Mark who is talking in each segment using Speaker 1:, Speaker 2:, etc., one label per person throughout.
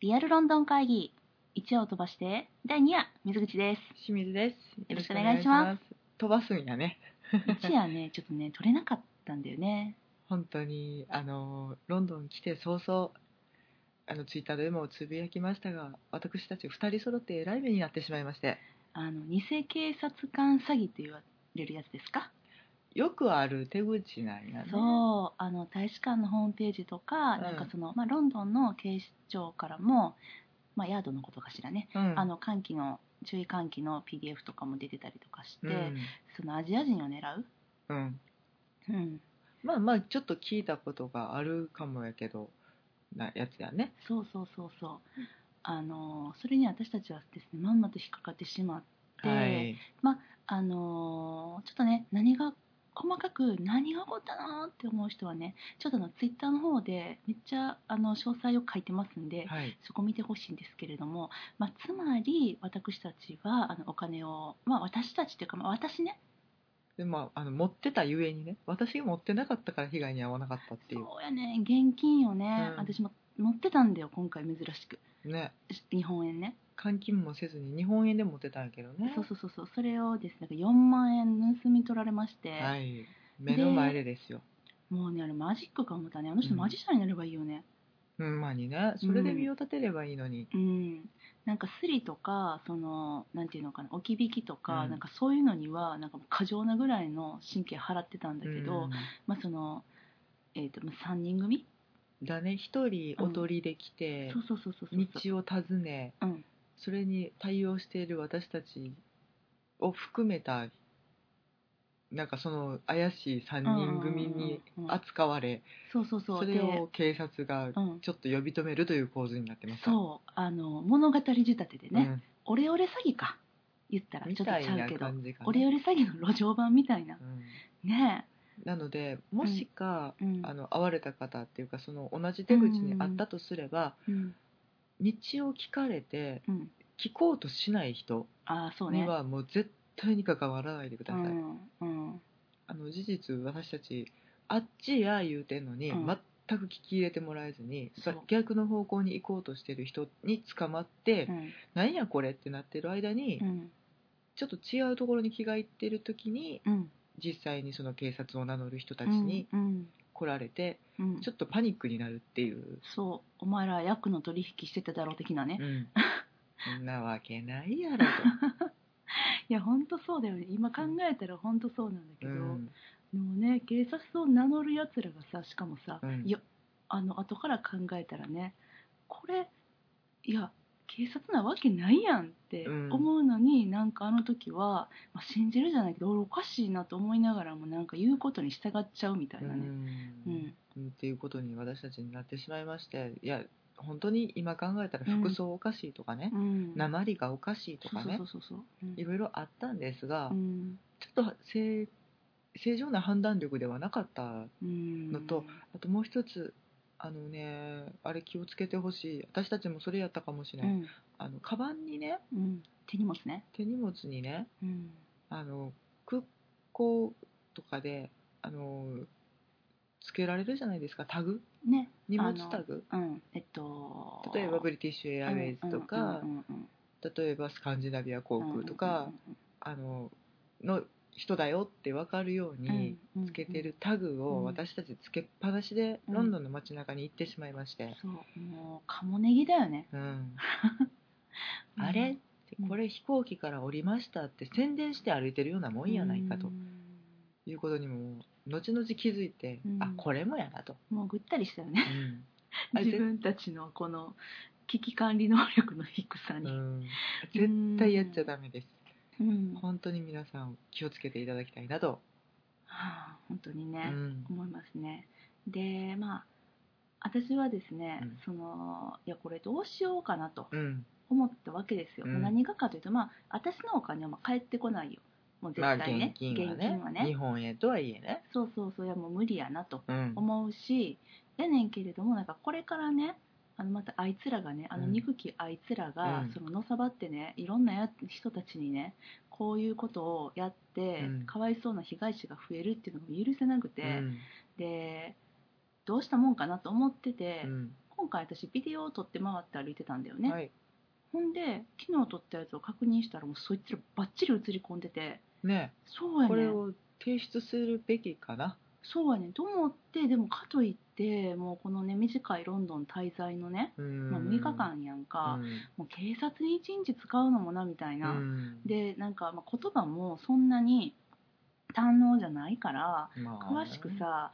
Speaker 1: リアルロンドン会議一夜を飛ばして第2夜水口です
Speaker 2: 清水です。。
Speaker 1: よろしくお願いします
Speaker 2: 飛ばすんやね。
Speaker 1: 一夜 ねちょっとね取れなかったんだよね
Speaker 2: 本当にあのロンドン来て早々あのツイッターでもつぶやきましたが、私たち二人揃ってえらい目になってしまいまして、
Speaker 1: あの偽警察官詐欺と言われるやつですか、
Speaker 2: よくある手口なんやね。
Speaker 1: そうあの大使館のホームページとか、
Speaker 2: うん
Speaker 1: なんかその、まあ、ロンドンの警視庁からも、まあ、ヤードのことかしらね、
Speaker 2: うん。
Speaker 1: あの歓喜の注意喚起の PDF とかも出てたりとかして、
Speaker 2: うん、
Speaker 1: そのアジア人を狙う、
Speaker 2: うん。
Speaker 1: うん、
Speaker 2: まあまあちょっと聞いたことがあるかもやけどなやつやね。
Speaker 1: そうそうそうそうあのそれに私たちはですねまんまと引っかかってしまって
Speaker 2: はい。
Speaker 1: あのーちょっとね何が細かく何が起こったのって思う人はねちょっとあのツイッターの方でめっちゃあの詳細を書いてますんで、
Speaker 2: はい。
Speaker 1: そこ見てほしいんですけれども、まあ、つまり私たちはあのお金を、まあ、私たちというか、まあ、私ね
Speaker 2: でまああの持ってたゆえにね、私が持ってなかったから被害に遭わなかったってい
Speaker 1: そうやね現金をね、
Speaker 2: うん
Speaker 1: 私も持ってたんだよ今回珍しく
Speaker 2: うね。
Speaker 1: し日本円ね
Speaker 2: 換金もせずに日本円で持ってたんやけどね。
Speaker 1: そうそうそうそうそれをですね4万円盗み取られまして、
Speaker 2: はい。目の前でですよ。
Speaker 1: もうねあれマジックか思ったねあの人
Speaker 2: うん
Speaker 1: マジシャンになればいいよね
Speaker 2: うん、まあにね。それで身を立てればいいのに。
Speaker 1: うん、なんかスリとかそのなんていうのかな置き引きとか、
Speaker 2: うん
Speaker 1: なんかそういうのにはなんかもう過剰なぐらいの神経払ってたんだけど、
Speaker 2: うん
Speaker 1: まあそのえー、とまあ3人組、
Speaker 2: だね、一人おとりで来て
Speaker 1: そう、そうそうそうそう
Speaker 2: 道を尋ね、
Speaker 1: うん
Speaker 2: それに対応している私たちを含めた、なんかその怪しい3人組に
Speaker 1: うんうんうんうん
Speaker 2: 扱われ、
Speaker 1: そうそうそう
Speaker 2: それを警察が
Speaker 1: でうん
Speaker 2: ちょっと呼び止めるという構図になってます。
Speaker 1: そうあの物語仕立てでね、
Speaker 2: ん
Speaker 1: オレオレ詐欺か言ったらちょ
Speaker 2: み
Speaker 1: っとち
Speaker 2: たい
Speaker 1: ゃう
Speaker 2: な
Speaker 1: けど、
Speaker 2: 感じかな
Speaker 1: オレオレ詐欺の路上版みたいな
Speaker 2: うん
Speaker 1: ね
Speaker 2: なので、もしか、
Speaker 1: え、うん
Speaker 2: あの、会われた方っていうか、その同じ手口にあったとすれば、
Speaker 1: うん
Speaker 2: 道を聞かれて、
Speaker 1: うん、
Speaker 2: 聞こうとしない人
Speaker 1: ああそうね
Speaker 2: にはもう絶対に関わらないでくだ
Speaker 1: う
Speaker 2: さい、
Speaker 1: んうん
Speaker 2: あの事実私たちあっちや言うてんのに、
Speaker 1: うん
Speaker 2: 全く聞き入れてもらえずに
Speaker 1: そう
Speaker 2: 逆の方向に行こうとしてる人に捕まって、
Speaker 1: うん
Speaker 2: なんやこれってなってる間に、
Speaker 1: うん
Speaker 2: ちょっと違うところに気が入ってる時に
Speaker 1: うん
Speaker 2: 実際にその警察を名乗る人たちに
Speaker 1: うん
Speaker 2: 来られて、
Speaker 1: うんうん
Speaker 2: ちょっとパニックになるっていう、
Speaker 1: そうお前らヤクの取引してただろう的なね、
Speaker 2: う
Speaker 1: い
Speaker 2: んそんなわけないやろと、
Speaker 1: やほんとそうだよね今考えたらほんと そうなんだけど、
Speaker 2: うん
Speaker 1: でもね警察を名乗るやつらがさしかもさ、
Speaker 2: うん
Speaker 1: いやあの後から考えたらねこれいや警察なわけないやんって
Speaker 2: うん
Speaker 1: 思うのに、なんかあの時は、まあ、信じるじゃないけど俺おかしいなと思いながらもなんか言うことに従っちゃうみたいなね、
Speaker 2: う
Speaker 1: うんん
Speaker 2: っていうことに私たちになってしまいましていや本当に今考えたら服装おかしいとかね、
Speaker 1: うん、
Speaker 2: 鉛がおかしいとかね
Speaker 1: そうそうそうそう、うん
Speaker 2: いろいろあったんですが、
Speaker 1: うん
Speaker 2: ちょっと正正常な判断力ではなかった
Speaker 1: うん、
Speaker 2: のとあともう一つあのねあれ気をつけてほしい私たちもそれやったかもしれ
Speaker 1: う
Speaker 2: ない、
Speaker 1: ん
Speaker 2: あのカバンにね
Speaker 1: うん、手荷物ね、
Speaker 2: 手荷物にね
Speaker 1: うん、
Speaker 2: あの空港とかであのつけられるじゃないですかタグ
Speaker 1: ね
Speaker 2: 荷物
Speaker 1: あの
Speaker 2: タグ
Speaker 1: うんえっと
Speaker 2: 例えばブリティッシュエアウェイズとか、
Speaker 1: うんうんうん
Speaker 2: 例えばスカンジナビア航
Speaker 1: うん
Speaker 2: 空とか、あのの人だよって分かるよう
Speaker 1: うんうんうん
Speaker 2: に
Speaker 1: うんうん
Speaker 2: つけてるタグ
Speaker 1: う
Speaker 2: を
Speaker 1: ん
Speaker 2: 私たちつけっぱなしで
Speaker 1: うん
Speaker 2: ロンドンの街中に行ってしまいまして、
Speaker 1: そうもうカモネギだよね、
Speaker 2: うん、
Speaker 1: うん
Speaker 2: あれって
Speaker 1: うん
Speaker 2: これ飛行機から降りましたって宣伝して歩いてるようなもんやないか
Speaker 1: う
Speaker 2: と
Speaker 1: ん
Speaker 2: いうことにも後々気づいて、
Speaker 1: うん
Speaker 2: あこれもやなと、
Speaker 1: もうぐったりしたよね
Speaker 2: あれ
Speaker 1: 自分たちのこの危機管理能力の低さ
Speaker 2: う
Speaker 1: に、
Speaker 2: ん絶対やっちゃダメです
Speaker 1: うんは
Speaker 2: 本当に皆さん気をつけていただきたいなと、
Speaker 1: あ本当に
Speaker 2: う
Speaker 1: ね、
Speaker 2: ん
Speaker 1: 思いますねでまあ私はですね、
Speaker 2: うん
Speaker 1: そのいやこれどうしようかなと
Speaker 2: うん、
Speaker 1: 思ったわけですよ、
Speaker 2: うん
Speaker 1: 何がかというとまあ私のお金はまあ返ってこないよもう絶
Speaker 2: まあ
Speaker 1: 対
Speaker 2: 現
Speaker 1: ね,、
Speaker 2: 金はね日本円とはいえね、
Speaker 1: そうそうそういやもう無理やなと
Speaker 2: うん、
Speaker 1: 思うし、やねんけれどもなんかこれからねあのまたあいつらがねあの
Speaker 2: うん
Speaker 1: 憎きあいつらが、
Speaker 2: うん
Speaker 1: そののさばってねいろんなや人たちにねこういうことをやって、
Speaker 2: うん
Speaker 1: かわいそうな被害者が増えるっていうのが許せなくて、
Speaker 2: うん
Speaker 1: でどうしたもんかなと思ってて、
Speaker 2: うん
Speaker 1: 今回私ビデオを撮って回って歩いてたんだよね、
Speaker 2: はい
Speaker 1: ほんで昨日撮ったやつを確認したらもうそいつらバッチリ映り込んでて
Speaker 2: ね
Speaker 1: そうや
Speaker 2: こ
Speaker 1: ね
Speaker 2: れ
Speaker 1: ん
Speaker 2: を提出するべきかな
Speaker 1: そうやねんと思ってでもかといってもうこのね短いロンドン滞在のね、
Speaker 2: うん
Speaker 1: まあ、6日間やんか、もう警察に1日使うのもなみたいな、
Speaker 2: うん
Speaker 1: でなんかまあ言葉もそんなに堪能じゃないから
Speaker 2: まあ
Speaker 1: 詳しくさ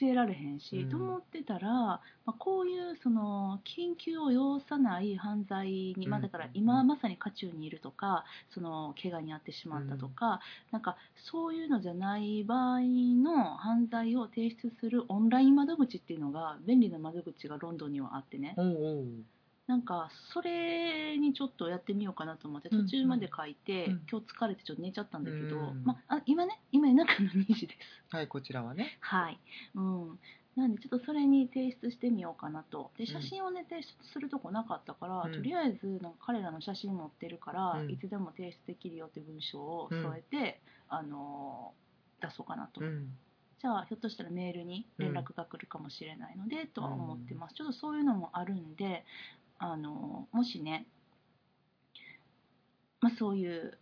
Speaker 1: 教えられへんし、
Speaker 2: うん
Speaker 1: と思ってたら、まあ、こういうその緊急を要さない犯罪に、まあ、
Speaker 2: うん
Speaker 1: だから今まさに渦中にいるとかその怪我に遭ってしまったとか、なんかそういうのじゃない場合の犯罪を提出するオンライン窓口っていうのが便利な窓口がロンドンにはあってね、
Speaker 2: おうおう
Speaker 1: なんかそれにちょっとやってみようかなと思って
Speaker 2: う
Speaker 1: 途
Speaker 2: ん
Speaker 1: 中まで書いて、
Speaker 2: うん
Speaker 1: 今日疲れてちょっと寝ちゃったんだけど、
Speaker 2: うん
Speaker 1: まあ今ね今夜中の2時です
Speaker 2: はいこちらはね
Speaker 1: はい、うん、なんでちょっとそれに提出してみようかなとで
Speaker 2: ん
Speaker 1: 写真をね提出するとこなかったから、
Speaker 2: うん
Speaker 1: とりあえずなんか彼らの写真持ってるから、
Speaker 2: うん
Speaker 1: いつでも提出できるよって文章を添えて、あのー出そうかなと、
Speaker 2: うん
Speaker 1: じゃあひょっとしたらメールに連絡が来るかもしれないので、とは思ってますちょっとそういうのもあるんであのもしね、まあ、そういう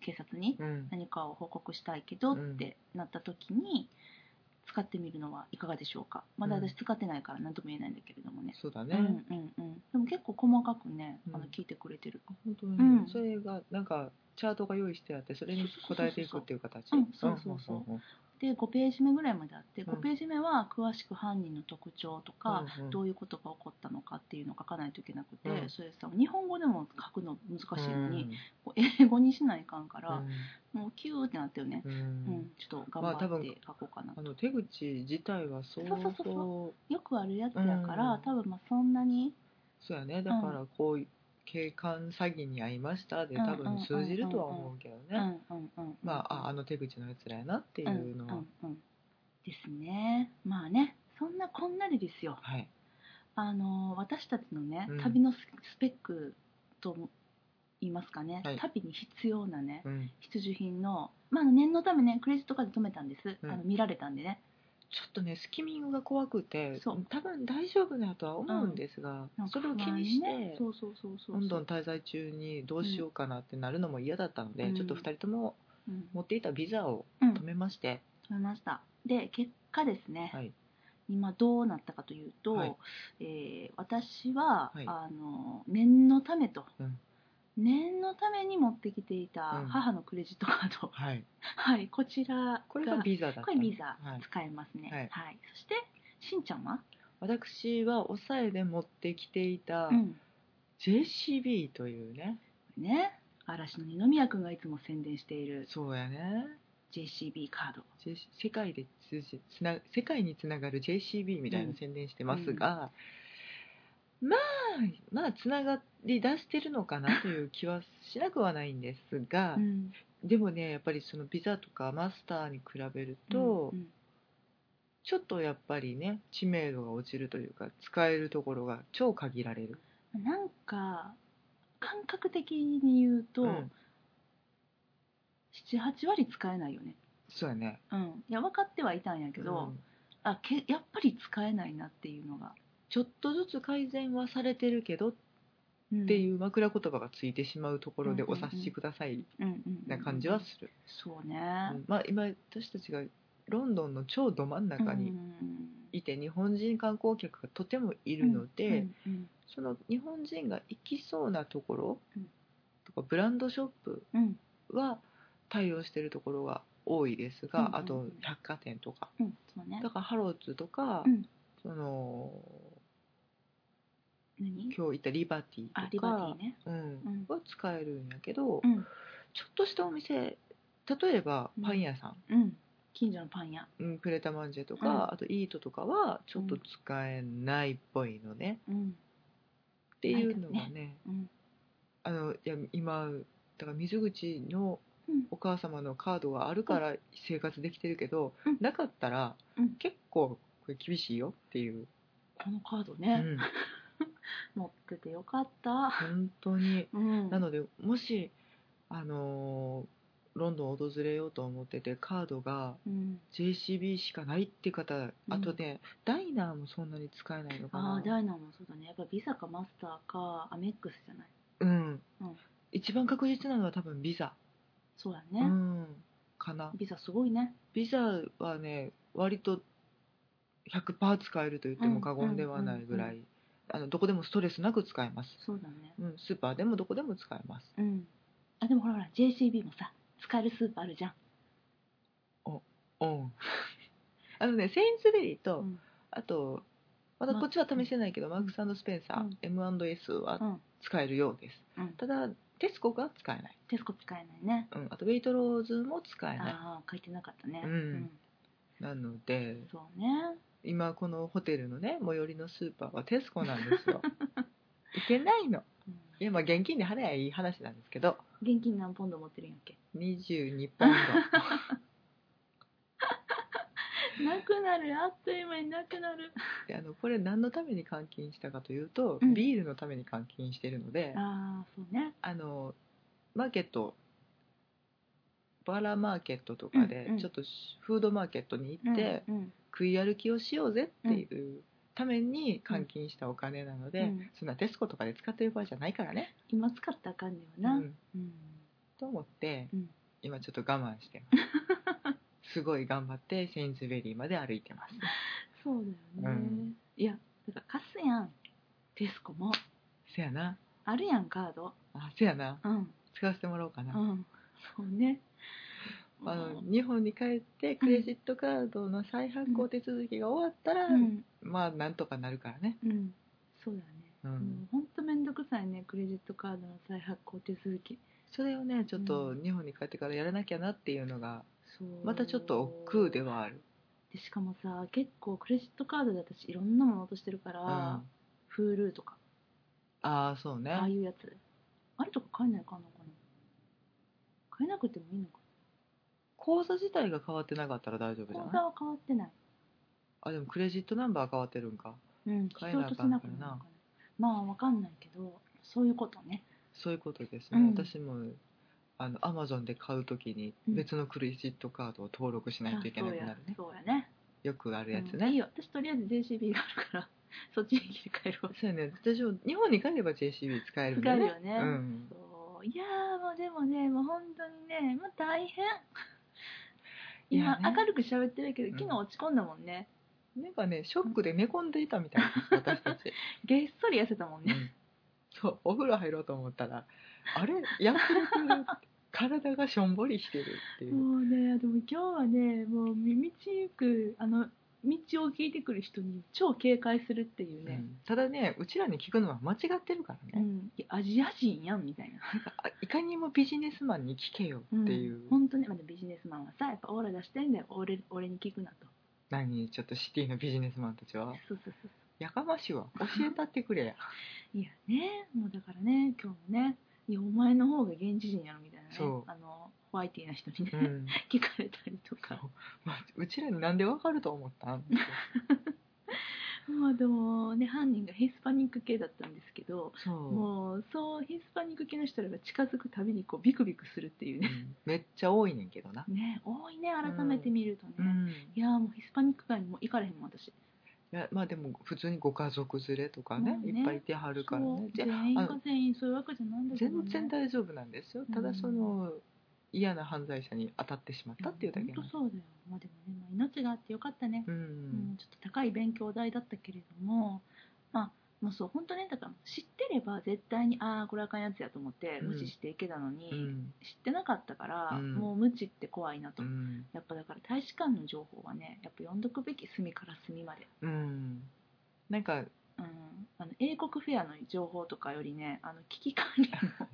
Speaker 1: 警察に
Speaker 2: うん
Speaker 1: 何かを報告したいけどってなった時に使ってみるのはいかがでしょうかまだ
Speaker 2: うん
Speaker 1: 私使ってないから何とも言えないんだけれどもね
Speaker 2: そうだ
Speaker 1: うん
Speaker 2: ね
Speaker 1: うんうんでも結構細かくねあの
Speaker 2: うん
Speaker 1: 聞いてくれてる
Speaker 2: 本当に、
Speaker 1: うん
Speaker 2: それがなんかチャートが用意してあってそれに答えていくっていう形
Speaker 1: そうそうそうそう
Speaker 2: うんうんうん
Speaker 1: で5ページ目ぐらいまであって
Speaker 2: うん
Speaker 1: 5ページ目は詳しく犯人の特徴とか、
Speaker 2: うんうん
Speaker 1: どういうことが起こったのかっていうのを書かないといけなくて、
Speaker 2: うん
Speaker 1: それさ日本語でも書くの難しいのに、
Speaker 2: うん
Speaker 1: こう英語にしないかんから、もうキューってなったよね、
Speaker 2: うん
Speaker 1: うんちょっと頑
Speaker 2: まあ
Speaker 1: 張
Speaker 2: 多
Speaker 1: っ
Speaker 2: 分
Speaker 1: て書こうかな、
Speaker 2: あの手口自体は相当
Speaker 1: そうそうそうそよくあるやつやから、
Speaker 2: うん
Speaker 1: 多分まあそんなに
Speaker 2: そうやねだからこういう警官詐欺に遭いましたで
Speaker 1: うん
Speaker 2: 多分通じるとは思うけど
Speaker 1: うん
Speaker 2: ね
Speaker 1: うんうん
Speaker 2: まあああの手口のやつらやなっていうのは、
Speaker 1: んうんうん、ですねまあねそんなこんなでですよ
Speaker 2: はい
Speaker 1: あの私たちのね、
Speaker 2: うん
Speaker 1: 旅のススペックとも言いますかね、
Speaker 2: はい
Speaker 1: 旅に必要なね
Speaker 2: うん、
Speaker 1: 必需品の、まあ、念のためねクレジットカード止めたんです、
Speaker 2: うん
Speaker 1: あの見られたんでね
Speaker 2: ちょっとねスキミングが怖くて
Speaker 1: そう
Speaker 2: 多分大丈夫だとは思うんですが、
Speaker 1: なん
Speaker 2: そ
Speaker 1: か
Speaker 2: れ
Speaker 1: 不
Speaker 2: を
Speaker 1: 安
Speaker 2: 気にして、
Speaker 1: ね、そうそうそうそう
Speaker 2: ロンドン滞在中にどうしようかなってなるのも嫌だったので、
Speaker 1: うん
Speaker 2: ちょっと2人とも
Speaker 1: うん
Speaker 2: 持っていたビザを
Speaker 1: うん
Speaker 2: 止めまして、
Speaker 1: 止めましたで結果ですね、
Speaker 2: はい
Speaker 1: 今どうなったかというと、
Speaker 2: はい
Speaker 1: えー私は、
Speaker 2: はい
Speaker 1: あの念のためと、
Speaker 2: うん
Speaker 1: 念のために持ってきていた
Speaker 2: うん
Speaker 1: 母のクレジットカード、
Speaker 2: はい、
Speaker 1: はいこちら
Speaker 2: これがビザだった
Speaker 1: これビザ
Speaker 2: はい
Speaker 1: 使えますね、は
Speaker 2: はいい
Speaker 1: そしてしんちゃんは、
Speaker 2: 私は抑えで持ってきていた
Speaker 1: うん、
Speaker 2: JCB というね、
Speaker 1: ね嵐の二宮君がいつも宣伝している
Speaker 2: そうやね
Speaker 1: JCB カード
Speaker 2: JC 世界で通じつな世界につながる JCB みたいな宣伝してますが、まあまあつながり出してるのかなという気はしなくはないんですが
Speaker 1: う、ん
Speaker 2: でもねやっぱりそのビザとかマスターに比べると、
Speaker 1: うん
Speaker 2: ちょっとやっぱりね知名度が落ちるというか使えるところが超限られる
Speaker 1: うんなんか感覚的に言うと、
Speaker 2: うん
Speaker 1: 78割使えないよね
Speaker 2: そうやね
Speaker 1: うんいや分かってはいたんやけど、
Speaker 2: うん
Speaker 1: あけやっぱり使えないなっていうのが、
Speaker 2: ちょっとずつ改善はされてるけどっ
Speaker 1: うん、
Speaker 2: て
Speaker 1: う、
Speaker 2: いう察言葉がついてしまうところで
Speaker 1: うん
Speaker 2: お察しください
Speaker 1: うんうんうん
Speaker 2: な感じはする、
Speaker 1: そうね、
Speaker 2: うんまあ今私たちがロンドンの超ど真ん中
Speaker 1: う
Speaker 2: に
Speaker 1: ん
Speaker 2: いて日本人観光客がとてもいるので、
Speaker 1: うんうん
Speaker 2: その日本人が行きそうなところ
Speaker 1: うん
Speaker 2: とかブランドショップ
Speaker 1: うん
Speaker 2: は対応してるところが多いですが、
Speaker 1: うん
Speaker 2: あと百貨店とか
Speaker 1: うんそうね
Speaker 2: だからハローズとか、
Speaker 1: うん
Speaker 2: その
Speaker 1: 何
Speaker 2: 今日行ったリバティ
Speaker 1: あ
Speaker 2: と
Speaker 1: リ
Speaker 2: か
Speaker 1: バティね
Speaker 2: うん
Speaker 1: う
Speaker 2: は使えるんやけど、
Speaker 1: うん
Speaker 2: ちょっとしたお店例えばパン屋さん、
Speaker 1: うん近所のパン屋
Speaker 2: うん、プレタマンジェとか、
Speaker 1: うん
Speaker 2: あとイートとかはちょっと使えないっぽいのね、
Speaker 1: うん
Speaker 2: っていうのが
Speaker 1: ない
Speaker 2: ね
Speaker 1: うん
Speaker 2: あのいや今だから水口の
Speaker 1: うん
Speaker 2: お母様のカードがあるから生活できてるけど、
Speaker 1: うん
Speaker 2: なかったら
Speaker 1: うん
Speaker 2: 結構これ厳しいよっていう、
Speaker 1: このカード
Speaker 2: う
Speaker 1: ね、
Speaker 2: ん、
Speaker 1: 持っててよかった
Speaker 2: 本当に
Speaker 1: うん
Speaker 2: なのでもしあのーロンドンを訪れようと思っててカードが
Speaker 1: うん
Speaker 2: JCB しかないって方あとね、ダイナーもそんなに使えないのか
Speaker 1: あ
Speaker 2: な
Speaker 1: あダイナもそうだねやっぱビザかマスターかアメックスじゃない
Speaker 2: うん、
Speaker 1: うん
Speaker 2: 一番確実なのは多分ビザ、
Speaker 1: そうだ
Speaker 2: う
Speaker 1: ね、
Speaker 2: ん、かな
Speaker 1: ビザすごいね
Speaker 2: ビザはね割と100%使えると言っても過言ではないぐらい、
Speaker 1: うん
Speaker 2: あのどこでもストレスなく使えます、
Speaker 1: そうだね
Speaker 2: うん、スーパーでもどこでも使えます
Speaker 1: うんあでもほらほら JCB もさ使えるスーパーあるじゃん
Speaker 2: うん あのねセインズベリーと、
Speaker 1: うん
Speaker 2: あとまだこっちは試してないけど、マークススペンサー、M&S は
Speaker 1: うん
Speaker 2: 使えるようです、
Speaker 1: うん
Speaker 2: ただテスコが使えない、
Speaker 1: テスコ使えないね
Speaker 2: うん、あとウェイトローズも使えな
Speaker 1: ああ書いてなかったね
Speaker 2: うんいなので
Speaker 1: うんそうね
Speaker 2: 今このホテルのね最寄りのスーパーはテスコなんで すよ行けないの
Speaker 1: うん
Speaker 2: いやまあ現金で払えばいい話なんですけど
Speaker 1: 現金何ポンド持ってるんやっけ
Speaker 2: 22ポン
Speaker 1: なくなるあっという間になくなる
Speaker 2: ドであのこれ何のために換金したかというと、
Speaker 1: うん
Speaker 2: ビールのために換金してるのであ
Speaker 1: ああそうね
Speaker 2: のマーケットバラマーケットとかで
Speaker 1: うんうん
Speaker 2: ちょっとしフードマーケットに行って、
Speaker 1: うんうん
Speaker 2: 食い歩きをしようぜっていうために換金したお金なの
Speaker 1: う
Speaker 2: で、
Speaker 1: ん
Speaker 2: そんなテスコとかで使ってる場合じゃないからね、
Speaker 1: 今使ったらあかんね
Speaker 2: う
Speaker 1: よな、
Speaker 2: ん、
Speaker 1: うん
Speaker 2: と思って、
Speaker 1: うん
Speaker 2: 今ちょっと我慢してます すごい頑張ってセインズベリーまで歩いてます
Speaker 1: そうだよね、
Speaker 2: うん
Speaker 1: いやだから貸すやんテスコも
Speaker 2: せやな
Speaker 1: あるやんカード
Speaker 2: あせやな
Speaker 1: うん
Speaker 2: 使わせてもらおうかな、
Speaker 1: うんそうね
Speaker 2: あの日本に帰ってクレジットカードの再発行手続きが終わったら、
Speaker 1: うん
Speaker 2: まあなんとかなるからね
Speaker 1: うんそうだね
Speaker 2: う
Speaker 1: もうんほんとめんどくさいねクレジットカードの再発行手続き
Speaker 2: それをねちょっと
Speaker 1: うん
Speaker 2: 日本に帰ってからやらなきゃなっていうのが
Speaker 1: そう
Speaker 2: またちょっと億劫ではある、
Speaker 1: でしかもさ結構クレジットカードで私いろんなもの落としてるか
Speaker 2: うん
Speaker 1: ら
Speaker 2: あ、
Speaker 1: Hulu とか
Speaker 2: あーそうね
Speaker 1: ああいうやつあれとか買えないかんのかな買えなくてもいいのか
Speaker 2: 口座自体が変わってなかったら大丈夫じゃ
Speaker 1: 口
Speaker 2: な
Speaker 1: 座
Speaker 2: い
Speaker 1: は変わってない
Speaker 2: あでもクレジットナンバー変わってるんか
Speaker 1: うん
Speaker 2: 買えなあかんからな
Speaker 1: 必要としるのかまあわかんないけどそういうことね
Speaker 2: そういうことですね、
Speaker 1: うん
Speaker 2: 私もあのアマゾンで買うときに
Speaker 1: うん
Speaker 2: 別のクレジットカードを登録しないといけなくなるね、
Speaker 1: そうやそうやね
Speaker 2: よくあるやつ
Speaker 1: うんいい
Speaker 2: ね、
Speaker 1: よ私とりあえず JCB があるから そっちに切り替えるわ
Speaker 2: そうやね私も日本に帰れば JCB 使えるん
Speaker 1: 使
Speaker 2: だ
Speaker 1: え
Speaker 2: よ
Speaker 1: る
Speaker 2: ね
Speaker 1: よね、
Speaker 2: うん、
Speaker 1: そういやーもうでもねもう本当にねもう大変
Speaker 2: い
Speaker 1: 今
Speaker 2: や、ね
Speaker 1: 明るく喋ってるけど昨日落ち込んだもんね、
Speaker 2: なんかねショックで寝込んでいたみたいな私たち、
Speaker 1: げっそり痩せたもん
Speaker 2: う
Speaker 1: ね、
Speaker 2: んそうお風呂入ろうと思ったらあれやってる体がしょんぼりしてるっていう、
Speaker 1: もうねでも今日はねもう道行くあの道を聞いてくる人に超警戒するっていう
Speaker 2: う
Speaker 1: ね、
Speaker 2: んただねうちらに聞くのは間違ってるから
Speaker 1: う
Speaker 2: ね、
Speaker 1: ん、いやアジア人やんみたいな
Speaker 2: あいかにもビジネスマンに聞けよっていう、
Speaker 1: ん、本当にまだビジネスマンはさやっぱオーラ出してんだよ俺俺に聞くなと
Speaker 2: 何ちょっとシティのビジネスマンたちは
Speaker 1: そうそうそう
Speaker 2: やかましいわ教えたってくれや
Speaker 1: そういやねもうだからね今日もねいやお前の方が現地人やろみたいなね
Speaker 2: そう
Speaker 1: あのホワイティーな人にね、
Speaker 2: うん、
Speaker 1: 聞かれたりとか
Speaker 2: まあ、うちらになんでわかると思ったん
Speaker 1: まあでもね犯人がヒスパニック系だったんですけど
Speaker 2: そう、
Speaker 1: もうそうヒスパニック系の人らが近づくたびにこうビクビクするっていう
Speaker 2: う
Speaker 1: ね、
Speaker 2: んめっちゃ多いねんけどな、
Speaker 1: ね多いね改めて見るとね、
Speaker 2: うん、
Speaker 1: いやーもうヒスパニック界にも行かれへんもん私
Speaker 2: いやまあでも普通にご家族連れとか
Speaker 1: ま
Speaker 2: ね
Speaker 1: あね
Speaker 2: いっぱいいてはるから
Speaker 1: そう
Speaker 2: ねじゃ
Speaker 1: 全員
Speaker 2: あ
Speaker 1: が
Speaker 2: の
Speaker 1: 全員そういうわけじゃないんだけど、ね、
Speaker 2: 全然大丈夫なんですよただその、嫌な犯罪者に当たってしまったっていうだけなん
Speaker 1: 本
Speaker 2: で
Speaker 1: 当そうだよ、まあ、でもね、まあ、命があってよかったね、
Speaker 2: う
Speaker 1: うん
Speaker 2: ん
Speaker 1: ちょっと高い勉強代だったけれどもまあもうそう本当ねだから知ってれば絶対にああこれあかんやつやと思って
Speaker 2: うん
Speaker 1: 無視していけたのに、
Speaker 2: うん
Speaker 1: 知ってなかったから、
Speaker 2: うん
Speaker 1: もう無知って怖いなと、
Speaker 2: うん
Speaker 1: やっぱだから大使館の情報はねやっぱ読んどくべき隅から隅まで、
Speaker 2: うんなんか
Speaker 1: うん、あの英国フェアの情報とかよりねあの危機管理 の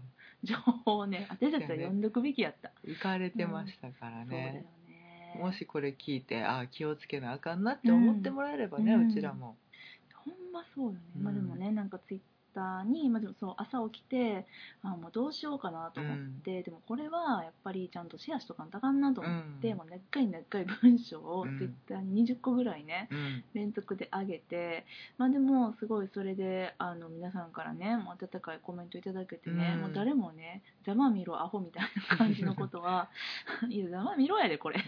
Speaker 1: 情報をね私たちは読んどくべきやった、
Speaker 2: 浮かれてましたから
Speaker 1: そうだよ
Speaker 2: ね
Speaker 1: ね、
Speaker 2: もしこれ聞いてあー気をつけなあかんなって思ってもらえればね、
Speaker 1: う
Speaker 2: うんちらも、
Speaker 1: ほんまそうよね、
Speaker 2: うん
Speaker 1: まあでもねなんかツイッターに、まあ、でもそう朝起きてあもうどうしようかなと思って、でもこれはやっぱりちゃんとシェアしとかんとあかんなと思って、
Speaker 2: うん
Speaker 1: もうねっかいねっかい文章を
Speaker 2: うん
Speaker 1: 絶対20個ぐらいね、
Speaker 2: うん
Speaker 1: 連続で上げて、まあでもすごいそれであの皆さんからねもう温かいコメントいただけてね、
Speaker 2: うん
Speaker 1: もう誰もね「ざまあ見ろアホ」みたいな感じのこと は「いやざまあ見ろやでこれ」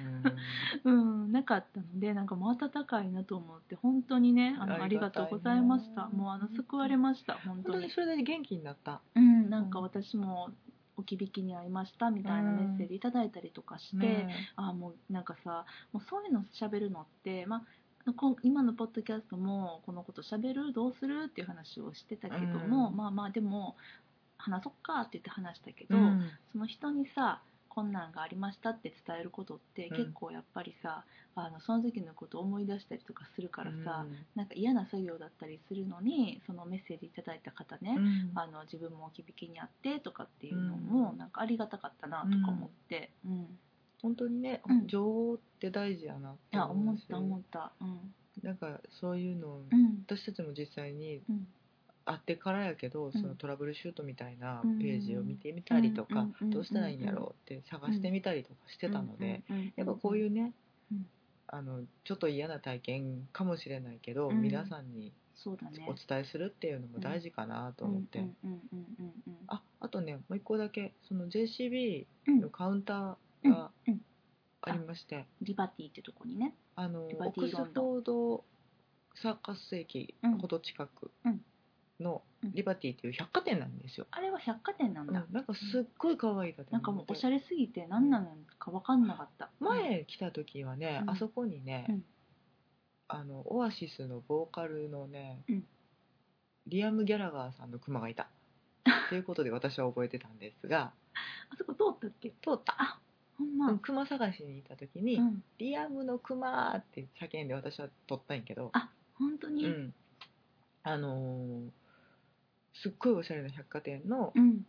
Speaker 1: うん、なかったのでなんかもう温かいなと思って本当にねあのあ
Speaker 2: あ
Speaker 1: り
Speaker 2: り
Speaker 1: が
Speaker 2: がた
Speaker 1: とご
Speaker 2: いうね
Speaker 1: ざいましたもうあの救われました本
Speaker 2: 本
Speaker 1: 当
Speaker 2: 当
Speaker 1: に
Speaker 2: にそれだけ元気になった
Speaker 1: うん、なんか私も置き引きに会いましたみたいなメッセージいただいたりとかして、
Speaker 2: ね
Speaker 1: あもうなんかさもうそういうの喋るのって、まあ、こ今のポッドキャストもこのこと喋るどうするっていう話をしてたけども、
Speaker 2: うん
Speaker 1: まあまあでも話そっかって言って話したけど、
Speaker 2: うん
Speaker 1: その人にさこんなんがありましたって伝えることって
Speaker 2: うん
Speaker 1: 結構やっぱりさ、あのその時のことを思い出したりとかするからさ、なんか嫌な作業だったりするのにそのメッセージいただいた方ね、
Speaker 2: うん
Speaker 1: あの自分も置き引きにあってとかっていうのも、
Speaker 2: うん
Speaker 1: なんかありがたかったなとか思って、うん
Speaker 2: 本当にね
Speaker 1: うん
Speaker 2: 情報って大事やなっ
Speaker 1: い
Speaker 2: て
Speaker 1: や思っ
Speaker 2: うした
Speaker 1: 思ったうん
Speaker 2: なんかそういうのを
Speaker 1: うん
Speaker 2: 私たちも実際に
Speaker 1: うん
Speaker 2: 会ってからやけど
Speaker 1: うん
Speaker 2: そのトラブルシュートみたいな
Speaker 1: うん
Speaker 2: ページを見てみたりと
Speaker 1: う
Speaker 2: か
Speaker 1: んうん
Speaker 2: どうしたらいいんやろうって探してみたりとかしてたので
Speaker 1: うんうんうん
Speaker 2: やっぱこういうね
Speaker 1: うん
Speaker 2: あのちょっと嫌な体験かもしれないけど
Speaker 1: うん
Speaker 2: 皆さんに
Speaker 1: そうだね
Speaker 2: お伝えするっていうのも大事かなと思って
Speaker 1: うんうんうんうんうん
Speaker 2: ああとねもう一個だけその JCB
Speaker 1: うん
Speaker 2: のカウンターが
Speaker 1: うんうん
Speaker 2: ありまして、
Speaker 1: リバティってとこにね
Speaker 2: あの
Speaker 1: リバ
Speaker 2: オ
Speaker 1: ティ
Speaker 2: ックス
Speaker 1: ロ
Speaker 2: フ
Speaker 1: ンドン
Speaker 2: ォードサーカス駅
Speaker 1: うん
Speaker 2: ほど近くの
Speaker 1: うん
Speaker 2: リバティっていう百貨店なんですよ、
Speaker 1: あれは百貨店なんだ、
Speaker 2: なんかすっごい可愛い建物で
Speaker 1: なんかもうおしゃれすぎて何なのか分かんなかった、
Speaker 2: 前来た時はね、
Speaker 1: うん
Speaker 2: あそこにね、
Speaker 1: うん
Speaker 2: あのオアシスのボーカルのね、
Speaker 1: うん
Speaker 2: リアム・ギャラガーさんのクマが いたということで私は覚えてたんですが
Speaker 1: あそこ通ったっけ
Speaker 2: 通った
Speaker 1: ほんま、
Speaker 2: クマ探しに行った時に、
Speaker 1: うん
Speaker 2: リアムのクマーって叫んで私は撮ったんやけど
Speaker 1: あ本当
Speaker 2: う
Speaker 1: に、
Speaker 2: んあのーすっごいおしゃれな百貨店の
Speaker 1: うん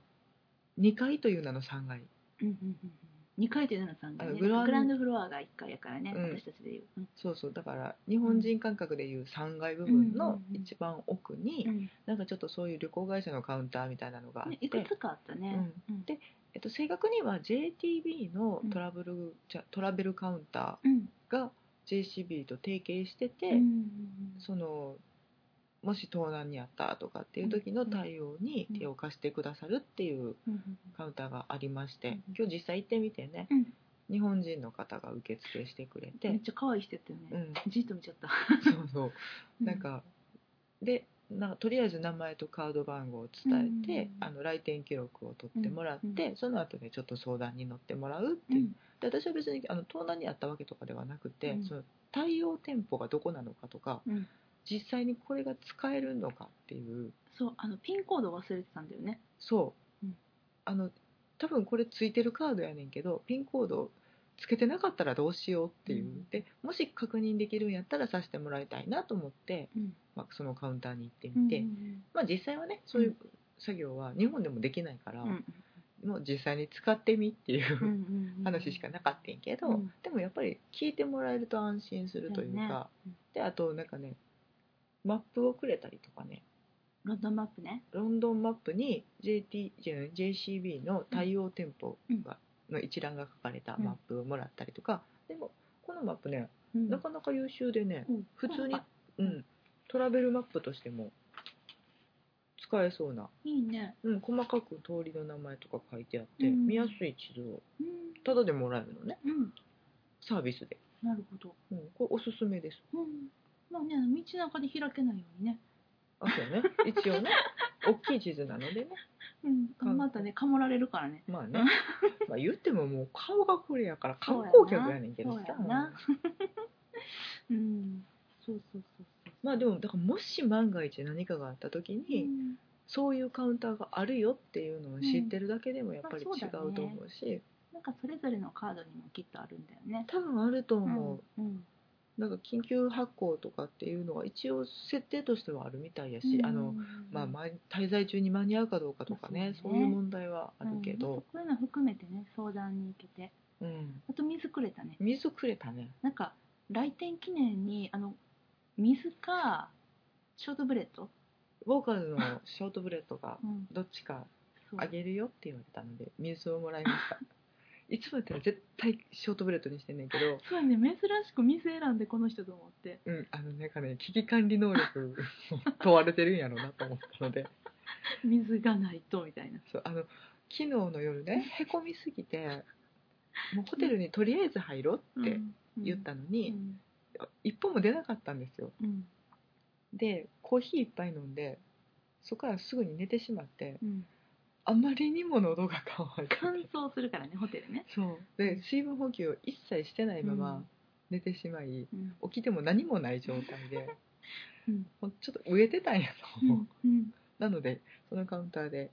Speaker 2: 2階という名の3階
Speaker 1: うんうんうんうん2階というのが3階、
Speaker 2: あ
Speaker 1: ね、
Speaker 2: の
Speaker 1: グ
Speaker 2: グラ
Speaker 1: ラ
Speaker 2: ン
Speaker 1: ンドフロアが1階やからね、
Speaker 2: うん
Speaker 1: 私たちで言う、うん
Speaker 2: そうそうだから日本人感覚でいう3階部分
Speaker 1: うんう
Speaker 2: の
Speaker 1: んうん
Speaker 2: 一番奥に、
Speaker 1: うん
Speaker 2: なんかちょっとそういう旅行会社のカウンターみたいなのがあっ
Speaker 1: ね、
Speaker 2: て、
Speaker 1: いくつかあったね、うん
Speaker 2: でえっと、正確には JTB のトラブル、じゃトラベルカウンタ
Speaker 1: うん
Speaker 2: ーが JCB と提携してて、
Speaker 1: うんうん
Speaker 2: そのもし盗難にあったとかっていう時の対応に手を貸してくださるっていう
Speaker 1: うんうん
Speaker 2: カウンターがありまし
Speaker 1: うん
Speaker 2: て今日実際行ってみてね
Speaker 1: うん
Speaker 2: 日本人の方が受付してくれ、
Speaker 1: めってちゃ可愛い人やったよ
Speaker 2: う
Speaker 1: ね、
Speaker 2: ん、
Speaker 1: じっと見ちゃった
Speaker 2: そうそうなんかでなんかとりあえず名前とカード番号を伝えて、
Speaker 1: うん
Speaker 2: あの来店記録を取ってもらって、
Speaker 1: うんう
Speaker 2: その後でちょっと相談に乗ってもらうっ
Speaker 1: う
Speaker 2: ていう、
Speaker 1: ん
Speaker 2: で私は別にあの盗難にあったわけとかではなくて、
Speaker 1: うん
Speaker 2: その対応店舗がどこなのかとか
Speaker 1: うん
Speaker 2: 実際にこれが使えるのかっていう
Speaker 1: そうあのピンコード忘れてたんだよね
Speaker 2: そう、
Speaker 1: うん
Speaker 2: あの多分これついてるカードやねんけどピンコードつけてなかったらどうしようっていう、
Speaker 1: うん
Speaker 2: でもし確認できるんやったらさせてもらいたいなと思って、
Speaker 1: うん
Speaker 2: まあ、そのカウンターに行ってみて、まあ、実際はねそういう作業は日本でもできないから、
Speaker 1: うん
Speaker 2: もう実際に使ってみっていう、
Speaker 1: うんうんうん
Speaker 2: 話しかなかったんやけど、
Speaker 1: うん
Speaker 2: でもやっぱり聞いてもらえると安心するという
Speaker 1: だよ
Speaker 2: か、であとなんかねマップをくれたりとかね
Speaker 1: ロンドンマップね
Speaker 2: ロンドンマップに JT じゃない JCB の対応店舗が、の一覧が書かれたマップをもらったりとか、でもこのマップね
Speaker 1: うん
Speaker 2: なかなか優秀でね、
Speaker 1: うん
Speaker 2: 普通に
Speaker 1: あ、
Speaker 2: うん、トラベルマップとしても使えそうな、
Speaker 1: いいね
Speaker 2: うん、細かく通りの名前とか書いてあって、
Speaker 1: うん
Speaker 2: 見やすい地図を
Speaker 1: うん
Speaker 2: ただでもらえるのね
Speaker 1: うん
Speaker 2: サービスで、
Speaker 1: なるほど
Speaker 2: うん、これおすすめです
Speaker 1: うんまあね道中で開けないようにね
Speaker 2: あそう ね一応ね大きい地図なのでね
Speaker 1: うんまたねかもられるからね
Speaker 2: まあね、まあ言ってももう顔がこれやから観光客やねんけどさ
Speaker 1: そうやなうんそうそうそうそう
Speaker 2: まあでもだからもし万が一何かがあった時に、
Speaker 1: うん
Speaker 2: そういうカウンターがあるよっていうのを知ってるだけでもやっぱり
Speaker 1: うんまあ
Speaker 2: 違
Speaker 1: そうだね
Speaker 2: うと思うし、
Speaker 1: なんかそれぞれのカードにもきっとあるんだよね
Speaker 2: 多分あると思う、
Speaker 1: うんうん
Speaker 2: なんか緊急発行とかっていうのは一応設定としてはあるみたいやし、あのまあ、ま滞在中に間に合うかどうかとかね,、
Speaker 1: そ
Speaker 2: そうう
Speaker 1: ね
Speaker 2: いう問題はあるけ
Speaker 1: うん
Speaker 2: ど、
Speaker 1: そういうの含めてね相談に行けて
Speaker 2: うん
Speaker 1: あと水くれたね
Speaker 2: 水くれたね
Speaker 1: なんか来店記念にあの水かショートブレッド、
Speaker 2: ボーカルのショートブレッドが
Speaker 1: うん、
Speaker 2: どっちか
Speaker 1: そう
Speaker 2: あげるよって言われたので水をもらいました いつもだったら絶対ショートブレッドにしてんねんけど
Speaker 1: そうやね珍しく水選んでこの人と思って
Speaker 2: うんあのなんかね危機管理能力 問われてるんやろうなと思ったので
Speaker 1: 水がないとみたいな
Speaker 2: そうあの昨日の夜ねへこみすぎてもうホテルにとりあえず入ろうって言ったの
Speaker 1: うん
Speaker 2: に、一歩も出なかったんですよ
Speaker 1: うん
Speaker 2: でコーヒー一杯飲んでそこからすぐに寝てしまって
Speaker 1: うん
Speaker 2: あまりにも喉が渇いて
Speaker 1: 乾燥するからねホテルね
Speaker 2: そうで水分補給を一切してないま
Speaker 1: う
Speaker 2: ま
Speaker 1: ん
Speaker 2: 寝てしまい
Speaker 1: うん
Speaker 2: 起きても何もない状態で
Speaker 1: うん
Speaker 2: もうちょっと飢えてたんやと
Speaker 1: う
Speaker 2: 思う、
Speaker 1: んうん
Speaker 2: なのでそのカウンターで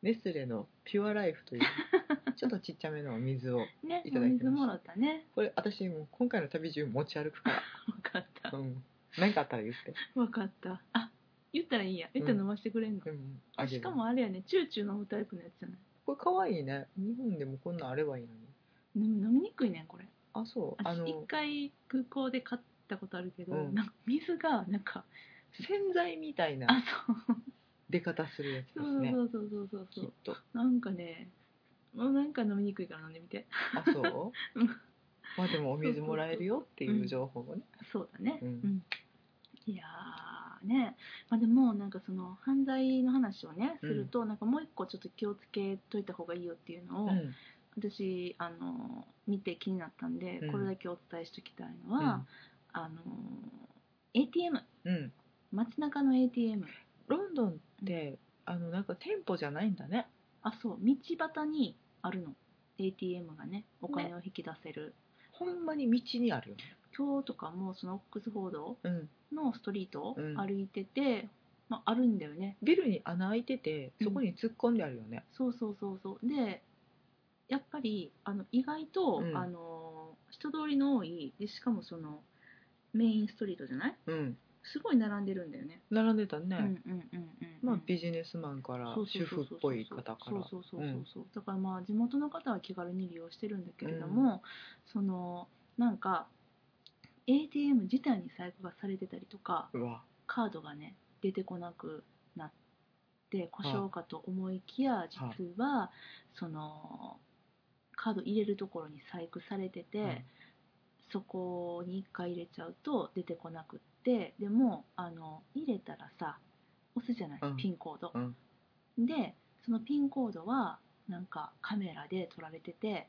Speaker 2: ネスレのピュアライフという ちょっとちっちゃめのお水を
Speaker 1: ね
Speaker 2: い
Speaker 1: お
Speaker 2: ただいて
Speaker 1: 水
Speaker 2: ます
Speaker 1: もらったね
Speaker 2: これ私もう今回の旅中持ち歩くか
Speaker 1: 分かった
Speaker 2: ら、うん、何かあったら言って
Speaker 1: 分かったあ言ったらいいんや言ったら飲ませてくれんの、
Speaker 2: でもあげ
Speaker 1: し
Speaker 2: る
Speaker 1: かもあれやねチューチュー飲むタイプのやつじゃない
Speaker 2: これかわいいね日本でもこんなんあればいいのに
Speaker 1: でも飲みにくいねんこれ
Speaker 2: あそうあ
Speaker 1: 私一
Speaker 2: の
Speaker 1: 回空港で買ったことあるけど、
Speaker 2: うん
Speaker 1: なんか水がなんか
Speaker 2: 洗剤みたい
Speaker 1: あ
Speaker 2: な
Speaker 1: そう
Speaker 2: 出方するやつで
Speaker 1: そ
Speaker 2: すね
Speaker 1: うそうそうそうそ
Speaker 2: き
Speaker 1: う
Speaker 2: っ
Speaker 1: そう
Speaker 2: と
Speaker 1: なんかねもうなんか飲みにくいから飲んでみて
Speaker 2: あそう
Speaker 1: うん
Speaker 2: まあでもお水もらえるよっていう情報をね
Speaker 1: そうだね
Speaker 2: うん
Speaker 1: いやーね、まあ、でもなんかその犯罪の話をねすると、なんかもう一個ちょっと気をつけといた方がいいよっていうのを、
Speaker 2: うん
Speaker 1: 私あの見て気になったんで、
Speaker 2: うん
Speaker 1: これだけお伝えしておきたいのは、あの ATM
Speaker 2: うん
Speaker 1: 街中の ATM
Speaker 2: ロンドンってあのなんか店舗じゃないんだね
Speaker 1: あそう道端にあるの ATM がねお金を引き出せる、
Speaker 2: ほんまに道にあるよね
Speaker 1: 今日とかもそのオックスフォード
Speaker 2: うん
Speaker 1: のストリートを
Speaker 2: うん
Speaker 1: 歩いてて、まあ、あるんだよね
Speaker 2: ビルに穴開いててそこに突っ込んであるよね
Speaker 1: そうそうそうそうでやっぱりあの意外と、
Speaker 2: うん
Speaker 1: あの人通りの多いでしかもそのメインストリートじゃない
Speaker 2: うん
Speaker 1: すごい並んでるんだよね、
Speaker 2: 並んでた
Speaker 1: うん
Speaker 2: ね
Speaker 1: うんうんうんうん
Speaker 2: まあビジネスマンから
Speaker 1: そうそう
Speaker 2: 主
Speaker 1: そ
Speaker 2: 婦
Speaker 1: う
Speaker 2: っ
Speaker 1: そう
Speaker 2: ぽい方から
Speaker 1: そうそうそうそうそうだからまあ地元の方は気軽に利用してるんだけれども、そのなんか ATM 自体に細工がされてたりとか
Speaker 2: うわ
Speaker 1: カードがね出てこなくなって故障かと思いきや実はそのカード入れるところに細工されてて、
Speaker 2: うん
Speaker 1: そこに1回入れちゃうと出てこなくってでもあの入れたらさ押すじゃない、
Speaker 2: うん
Speaker 1: ピンコード
Speaker 2: う、ん
Speaker 1: でそのピンコードはなんかカメラで撮られてて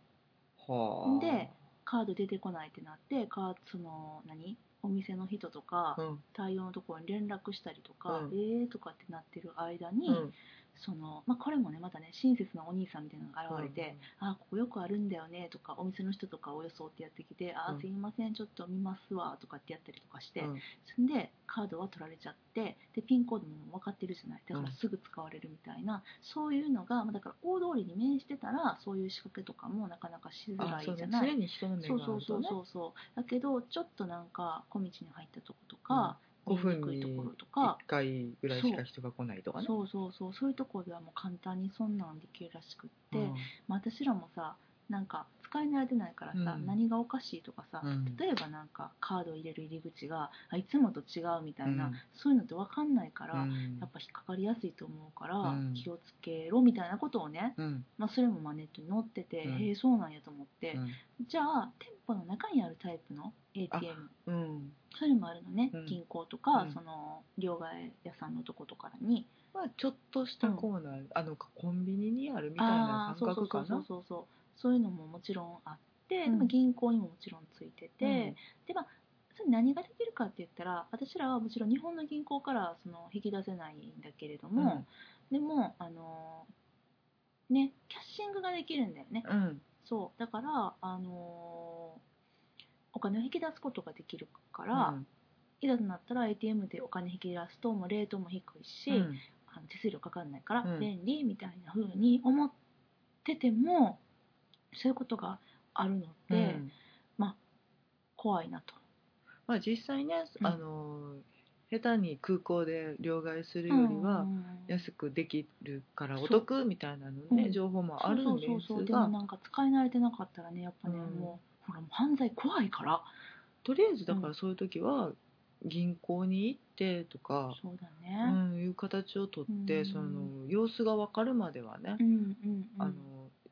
Speaker 2: はあ
Speaker 1: でカード出てこないってなってカーその何お店の人とか
Speaker 2: うん
Speaker 1: 対応のところに連絡したりとか、
Speaker 2: うん
Speaker 1: えーとかってなってる間に、
Speaker 2: うん
Speaker 1: そのまあ、これもねまたね親切なお兄さんみたいなのが現れて、あここよくあるんだよねとかお店の人とかを装ってやってきて、あ
Speaker 2: う
Speaker 1: ー
Speaker 2: ん
Speaker 1: すいませんちょっと見ますわとかってやったりとかして、
Speaker 2: うん
Speaker 1: そんでカードは取られちゃってでピンコードも分かってるじゃないだか
Speaker 2: う
Speaker 1: ら
Speaker 2: ん
Speaker 1: すぐ使われるみたいな、そういうのが、まあ、だから大通りに面してたらそういう仕掛けとかもなかなかしづ
Speaker 2: あ
Speaker 1: ら
Speaker 2: そ
Speaker 1: いうじ
Speaker 2: ね
Speaker 1: ゃない
Speaker 2: 常。に人の目
Speaker 1: そう
Speaker 2: があ
Speaker 1: そう
Speaker 2: る
Speaker 1: そ
Speaker 2: と
Speaker 1: う
Speaker 2: ね
Speaker 1: そうそうだけどちょっとなんか小道に入ったとことか、
Speaker 2: うん
Speaker 1: 見えにくいところとか
Speaker 2: 1回ぐらいしか人が来ないとかね
Speaker 1: そうそうそうそういうところではもう簡単にそんなんできるらしくって、
Speaker 2: うん
Speaker 1: まあ、私らもさなんか使い慣れてないからさ、
Speaker 2: うん
Speaker 1: 何がおかしいとかさ、
Speaker 2: うん
Speaker 1: 例えばなんかカードを入れる入り口があいつもと違うみたいな、
Speaker 2: うん
Speaker 1: そういうのって分かんないから、
Speaker 2: うん
Speaker 1: やっぱ引っかかりやすいと思うから、
Speaker 2: うん
Speaker 1: 気をつけろみたいなことをね、
Speaker 2: うん
Speaker 1: まあ、それもまあネットに載ってて、
Speaker 2: うん
Speaker 1: へえそうなんやと思って
Speaker 2: う、ん
Speaker 1: じゃあ店舗の中にあるタイプの ATM
Speaker 2: うん
Speaker 1: それもあるのね、
Speaker 2: うん
Speaker 1: 銀行とか、
Speaker 2: うん
Speaker 1: その両替屋さんのとことかに
Speaker 2: まあちょっとしたコーナー、あのコンビニにあるみたい
Speaker 1: あ
Speaker 2: な
Speaker 1: あー
Speaker 2: 感覚かな
Speaker 1: そうそうそうそうそうそういうのももちろんあって、
Speaker 2: うん
Speaker 1: まあ銀行にももちろんついてて、
Speaker 2: うん
Speaker 1: でまあそれ何ができるかって言ったら私らはもちろん日本の銀行からその引き出せないんだけれども、でもあのーねキャッシングができるんだよね、
Speaker 2: うんうん
Speaker 1: そうだからあのーお金を引き出すことができるから、
Speaker 2: うん
Speaker 1: いざとなったら ATM でお金引き出すともうレートも低いし、
Speaker 2: うん
Speaker 1: あの手数料かかんないから
Speaker 2: うん
Speaker 1: 便利みたいな風に思ってても、そういうことがあるの
Speaker 2: う
Speaker 1: で
Speaker 2: ん
Speaker 1: 怖いなと、
Speaker 2: まあ実際ね、
Speaker 1: うん
Speaker 2: あの下手に空港で両替するよりは
Speaker 1: うん
Speaker 2: 安くできるから
Speaker 1: そう
Speaker 2: お得みたいなのね、
Speaker 1: うん
Speaker 2: 情報もあるんで
Speaker 1: そうそうそう
Speaker 2: す
Speaker 1: でも
Speaker 2: が
Speaker 1: なんか使い慣れてなかったらねやっぱね、
Speaker 2: うん
Speaker 1: もうほらもう犯罪怖いから
Speaker 2: とりあえずだからそういう時は、銀行に行ってとか、
Speaker 1: そうだ
Speaker 2: う
Speaker 1: ね。
Speaker 2: ん、いう形をとって、
Speaker 1: うん
Speaker 2: その様子が分かるまではね、
Speaker 1: うんうんうん。
Speaker 2: あの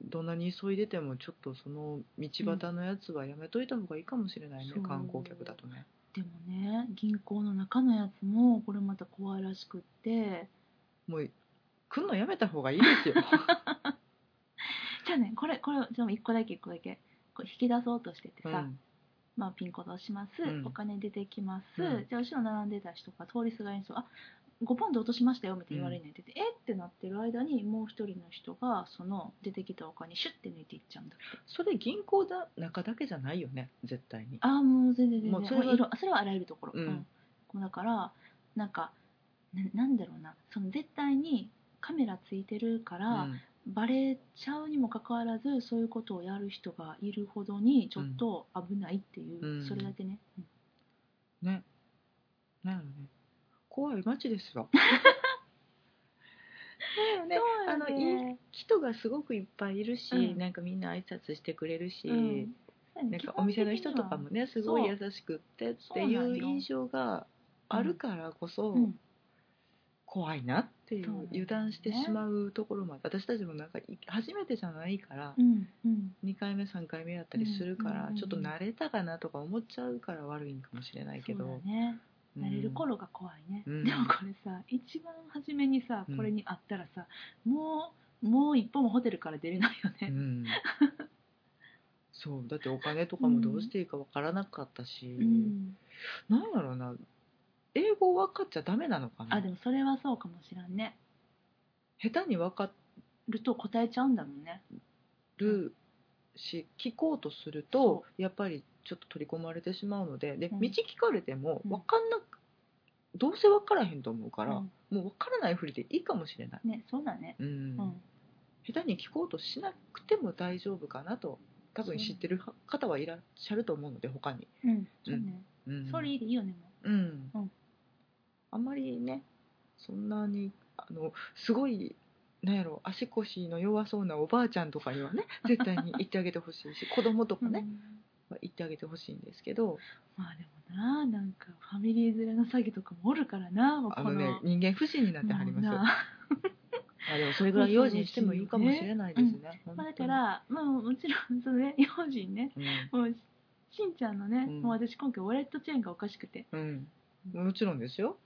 Speaker 2: どんなに急いでてもちょっとその道端のやつはやめといた方がいいかもしれないね、
Speaker 1: そう
Speaker 2: 観光客だとね。
Speaker 1: でもね、銀行の中のやつもこれまた怖いらしくって。
Speaker 2: もう来んのやめた方がいいで すよ。
Speaker 1: じゃあね、これこれちょっと一個だけ一個だけ。こう引き出そうとしててさ、
Speaker 2: うん
Speaker 1: まあピンコド押します、
Speaker 2: うん
Speaker 1: お金出てきます、
Speaker 2: うん
Speaker 1: じゃあ後ろ並んでた人が通りすがりに人があ5ポンド落としましたよみたいに言われるのにってて、えってなってる間にもう一人の人がその出てきたお金シュッて抜いていっちゃうんだって
Speaker 2: それ銀行だ中だけじゃないよね絶対に。
Speaker 1: ああもう全然全然
Speaker 2: も
Speaker 1: もう
Speaker 2: うそれは
Speaker 1: 色それはあらゆるところ、
Speaker 2: うん
Speaker 1: こうだからなんかななんだろうなその絶対にカメラついてるから、
Speaker 2: うん
Speaker 1: バレちゃうにもかかわらずそういうことをやる人がいるほどにちょっと危ないっていう、
Speaker 2: うん
Speaker 1: それだけね、うん
Speaker 2: ね。なんやろね。怖い街で すわ。ねあのいい人がすごくいっぱいいるし、
Speaker 1: うん
Speaker 2: なんかみんな挨拶してくれるし、
Speaker 1: うんそうやね
Speaker 2: なんかお店の人とかもねすごい優しくってっていう印象があるからこそ、
Speaker 1: 基本
Speaker 2: 怖いなってい
Speaker 1: そうなんだ
Speaker 2: う
Speaker 1: よね
Speaker 2: 油断してしまうところまで私たちもなんかい初めてじゃないから
Speaker 1: 的、にはうんうん
Speaker 2: 2回目3回目やったりするから、
Speaker 1: うん
Speaker 2: ちょっと慣れたかなとか思っちゃうから悪いんかもしれ
Speaker 1: う
Speaker 2: なんいけ
Speaker 1: そう
Speaker 2: ど
Speaker 1: だね
Speaker 2: うん
Speaker 1: 慣れる頃が怖いね、
Speaker 2: うん
Speaker 1: でもこれさ一番初めにさ
Speaker 2: うん
Speaker 1: これにあったらさ、もうもう一歩もホテルから出れないよ
Speaker 2: う
Speaker 1: ね、
Speaker 2: んそうだってお金とかもどうしていいかわからなかったし、
Speaker 1: うん
Speaker 2: なんやろうな英語分かっちゃダメなのかな
Speaker 1: あでもそれはそうかもしらんね
Speaker 2: 下手に分か
Speaker 1: ると答えちゃうんだもんね
Speaker 2: るし聞こうとすると
Speaker 1: そ
Speaker 2: やっぱりちょっと取り込まれてしまうのでで
Speaker 1: う
Speaker 2: 道
Speaker 1: ん
Speaker 2: 聞かれても
Speaker 1: うん
Speaker 2: 分かんなくどうせ分からへんと思うから、
Speaker 1: うん
Speaker 2: もう分からないふりでいいかもしれない、
Speaker 1: ねそうだね
Speaker 2: うん
Speaker 1: うん
Speaker 2: 下手に聞こうとしなくても大丈夫かなと多分知ってる方はいらっしゃると思うので他に、
Speaker 1: うんそうね、
Speaker 2: うん
Speaker 1: それいいよねも
Speaker 2: うん
Speaker 1: うん
Speaker 2: あんまりねそんなにあのすごいなんやろ足腰の弱そうなおばあちゃんとかにはね絶対に行ってあげてほしいし子供とか
Speaker 1: う
Speaker 2: ね
Speaker 1: う、ん
Speaker 2: は行ってあげてほしいんですけど
Speaker 1: まあでもななんかファミリー連れの詐欺とかもおるからなもう
Speaker 2: あ
Speaker 1: こ
Speaker 2: のね人間不信になってはります
Speaker 1: もう
Speaker 2: ま
Speaker 1: な
Speaker 2: あでもそれぐらい用心してもいいかもしれないですね、
Speaker 1: まあ、
Speaker 2: 本
Speaker 1: だ
Speaker 2: 当
Speaker 1: か
Speaker 2: に、
Speaker 1: ら、まあ、もちろんそのね 用心ねもうしんちゃんのね、
Speaker 2: うん
Speaker 1: もう私今回ウォレットチェーンがおかしくて
Speaker 2: うん、うん、もちろんです よ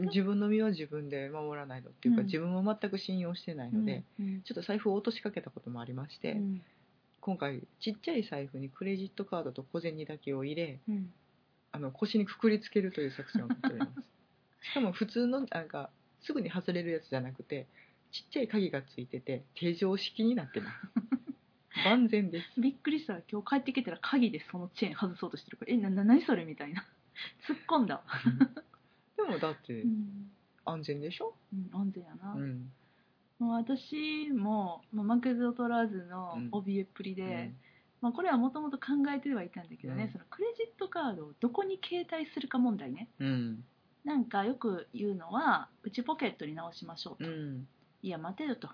Speaker 2: 自分の身は自分で守らないとっていうか、
Speaker 1: うん
Speaker 2: 自分を全く信用してないので、
Speaker 1: うん
Speaker 2: ちょっと財布を落としかけたこともありまして、
Speaker 1: うん
Speaker 2: 今回ちっちゃい財布にクレジットカードと小銭だけを入れ
Speaker 1: うん
Speaker 2: あの腰にくくりつけるという作戦をとっており ますしかも普通のなんかすぐに外れるやつじゃなくてちっちゃい鍵がついてて手錠式になっ てます万全です
Speaker 1: びっくりした今日帰ってきたら鍵でそのチェーン外そうとしてるからえなな何それみたいな 突っ込んだ、
Speaker 2: でもだって
Speaker 1: うん
Speaker 2: 安全でしょ、
Speaker 1: うん、安全やな、
Speaker 2: うん
Speaker 1: もう私も、まあ、負けず劣らずの
Speaker 2: うん
Speaker 1: 怯えっぷりで、
Speaker 2: うん
Speaker 1: まあ、これはもともと考えてはいたんだけどね、
Speaker 2: うん
Speaker 1: そのクレジットカードをどこに携帯するか問題ね
Speaker 2: うん
Speaker 1: なんかよく言うのは内ポケットに直しましょうと、
Speaker 2: うん
Speaker 1: いや待てよと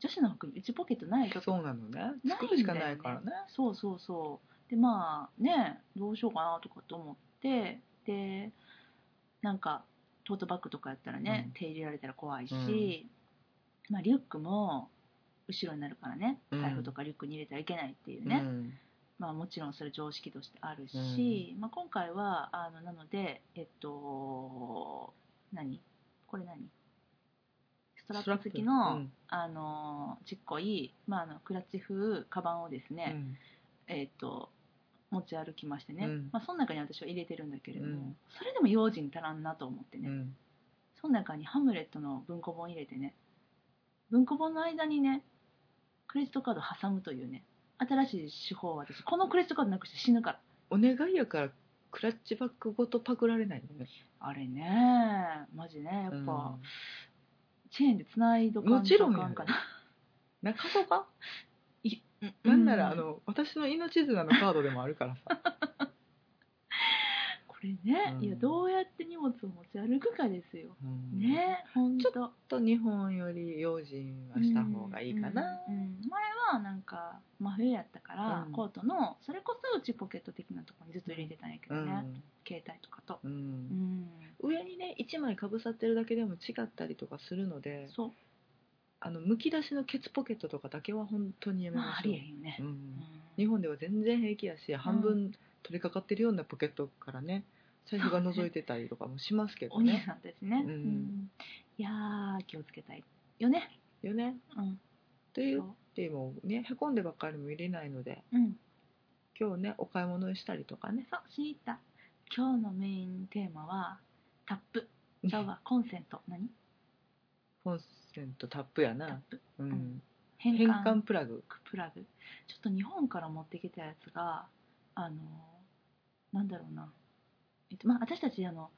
Speaker 1: 女子の服に内ポケットないぞと
Speaker 2: そうなのね
Speaker 1: ないんだよね
Speaker 2: 作るしかないからね
Speaker 1: そうそうそうでまあねどうしようかなとかと思ってでなんかトートバッグとかやったらね、
Speaker 2: うん
Speaker 1: 手入れられたら怖いし、まあ、リュックも後ろになるからね
Speaker 2: うん
Speaker 1: 財布とかリュックに入れてはいけないっていう
Speaker 2: う
Speaker 1: ね、
Speaker 2: ん
Speaker 1: まあ、もちろんそれ常識としてあるし、まあ、今回はあのなのでえっと何これ何ストラップ付きの、
Speaker 2: うん
Speaker 1: あのちっこい、まあ、あのクラッチ風カバンをですね、えー、と持ち歩きましてね、
Speaker 2: うん
Speaker 1: まあ、その中に私は入れてるんだけれども、
Speaker 2: うん
Speaker 1: それでも用心足らんなと思って
Speaker 2: うん
Speaker 1: ね、
Speaker 2: うん
Speaker 1: その中にハムレットの文庫本入れてね文庫本の間にねクレジットカード挟むというね新しい手法は私このクレジットカードなくして死ぬから
Speaker 2: お願いやからクラッチバッグごとパクられないのね
Speaker 1: あれねマジねやっぱ、チェーンでつないどか
Speaker 2: もちろん
Speaker 1: とあ
Speaker 2: や
Speaker 1: んかな
Speaker 2: うん、中曽が
Speaker 1: いうん
Speaker 2: なんなら、
Speaker 1: うん
Speaker 2: あの私の命綱のカードでもあるからさ
Speaker 1: これね、
Speaker 2: うん
Speaker 1: いやどうやって荷物を持ち歩くかですよ
Speaker 2: うん
Speaker 1: ね本
Speaker 2: ち
Speaker 1: 当
Speaker 2: ょっと日本より用心はした方がいいかな、
Speaker 1: うんうん前はなんか真冬やったから、
Speaker 2: うん
Speaker 1: コートのそれこそ内ポケット的なところにずっと入れてたんやけどね、携帯とかと、
Speaker 2: うんうん
Speaker 1: うん、
Speaker 2: 上にね1枚かぶさってるだけでも違ったりとかするので
Speaker 1: そう
Speaker 2: あのむき出しのケツポケットとかだけは本当にやめ
Speaker 1: ま
Speaker 2: ま
Speaker 1: ああ
Speaker 2: しょう、
Speaker 1: りえへんよね
Speaker 2: う、、
Speaker 1: うんん
Speaker 2: 日本では全然平気やし半分取りかかってるようなポケットからね財布が覗いてたりとかもしますけど
Speaker 1: お兄
Speaker 2: ね
Speaker 1: さんですね、
Speaker 2: うん
Speaker 1: いやー気をつけたいよね
Speaker 2: よね
Speaker 1: うん
Speaker 2: とい
Speaker 1: そう
Speaker 2: ってもねへこんでばっかりも入れないので
Speaker 1: う、うん、
Speaker 2: 今日ねお買い物したりとかね
Speaker 1: そうしに行った今日のメインテーマはタップじゃあはコンセント何
Speaker 2: コンセントタップや
Speaker 1: タッ
Speaker 2: な、
Speaker 1: プ
Speaker 2: うん、
Speaker 1: 変換
Speaker 2: 変換プラグ
Speaker 1: プラグちょっと日本から持ってきたやつがあのなんだろうな、えっとまあ、私たちあの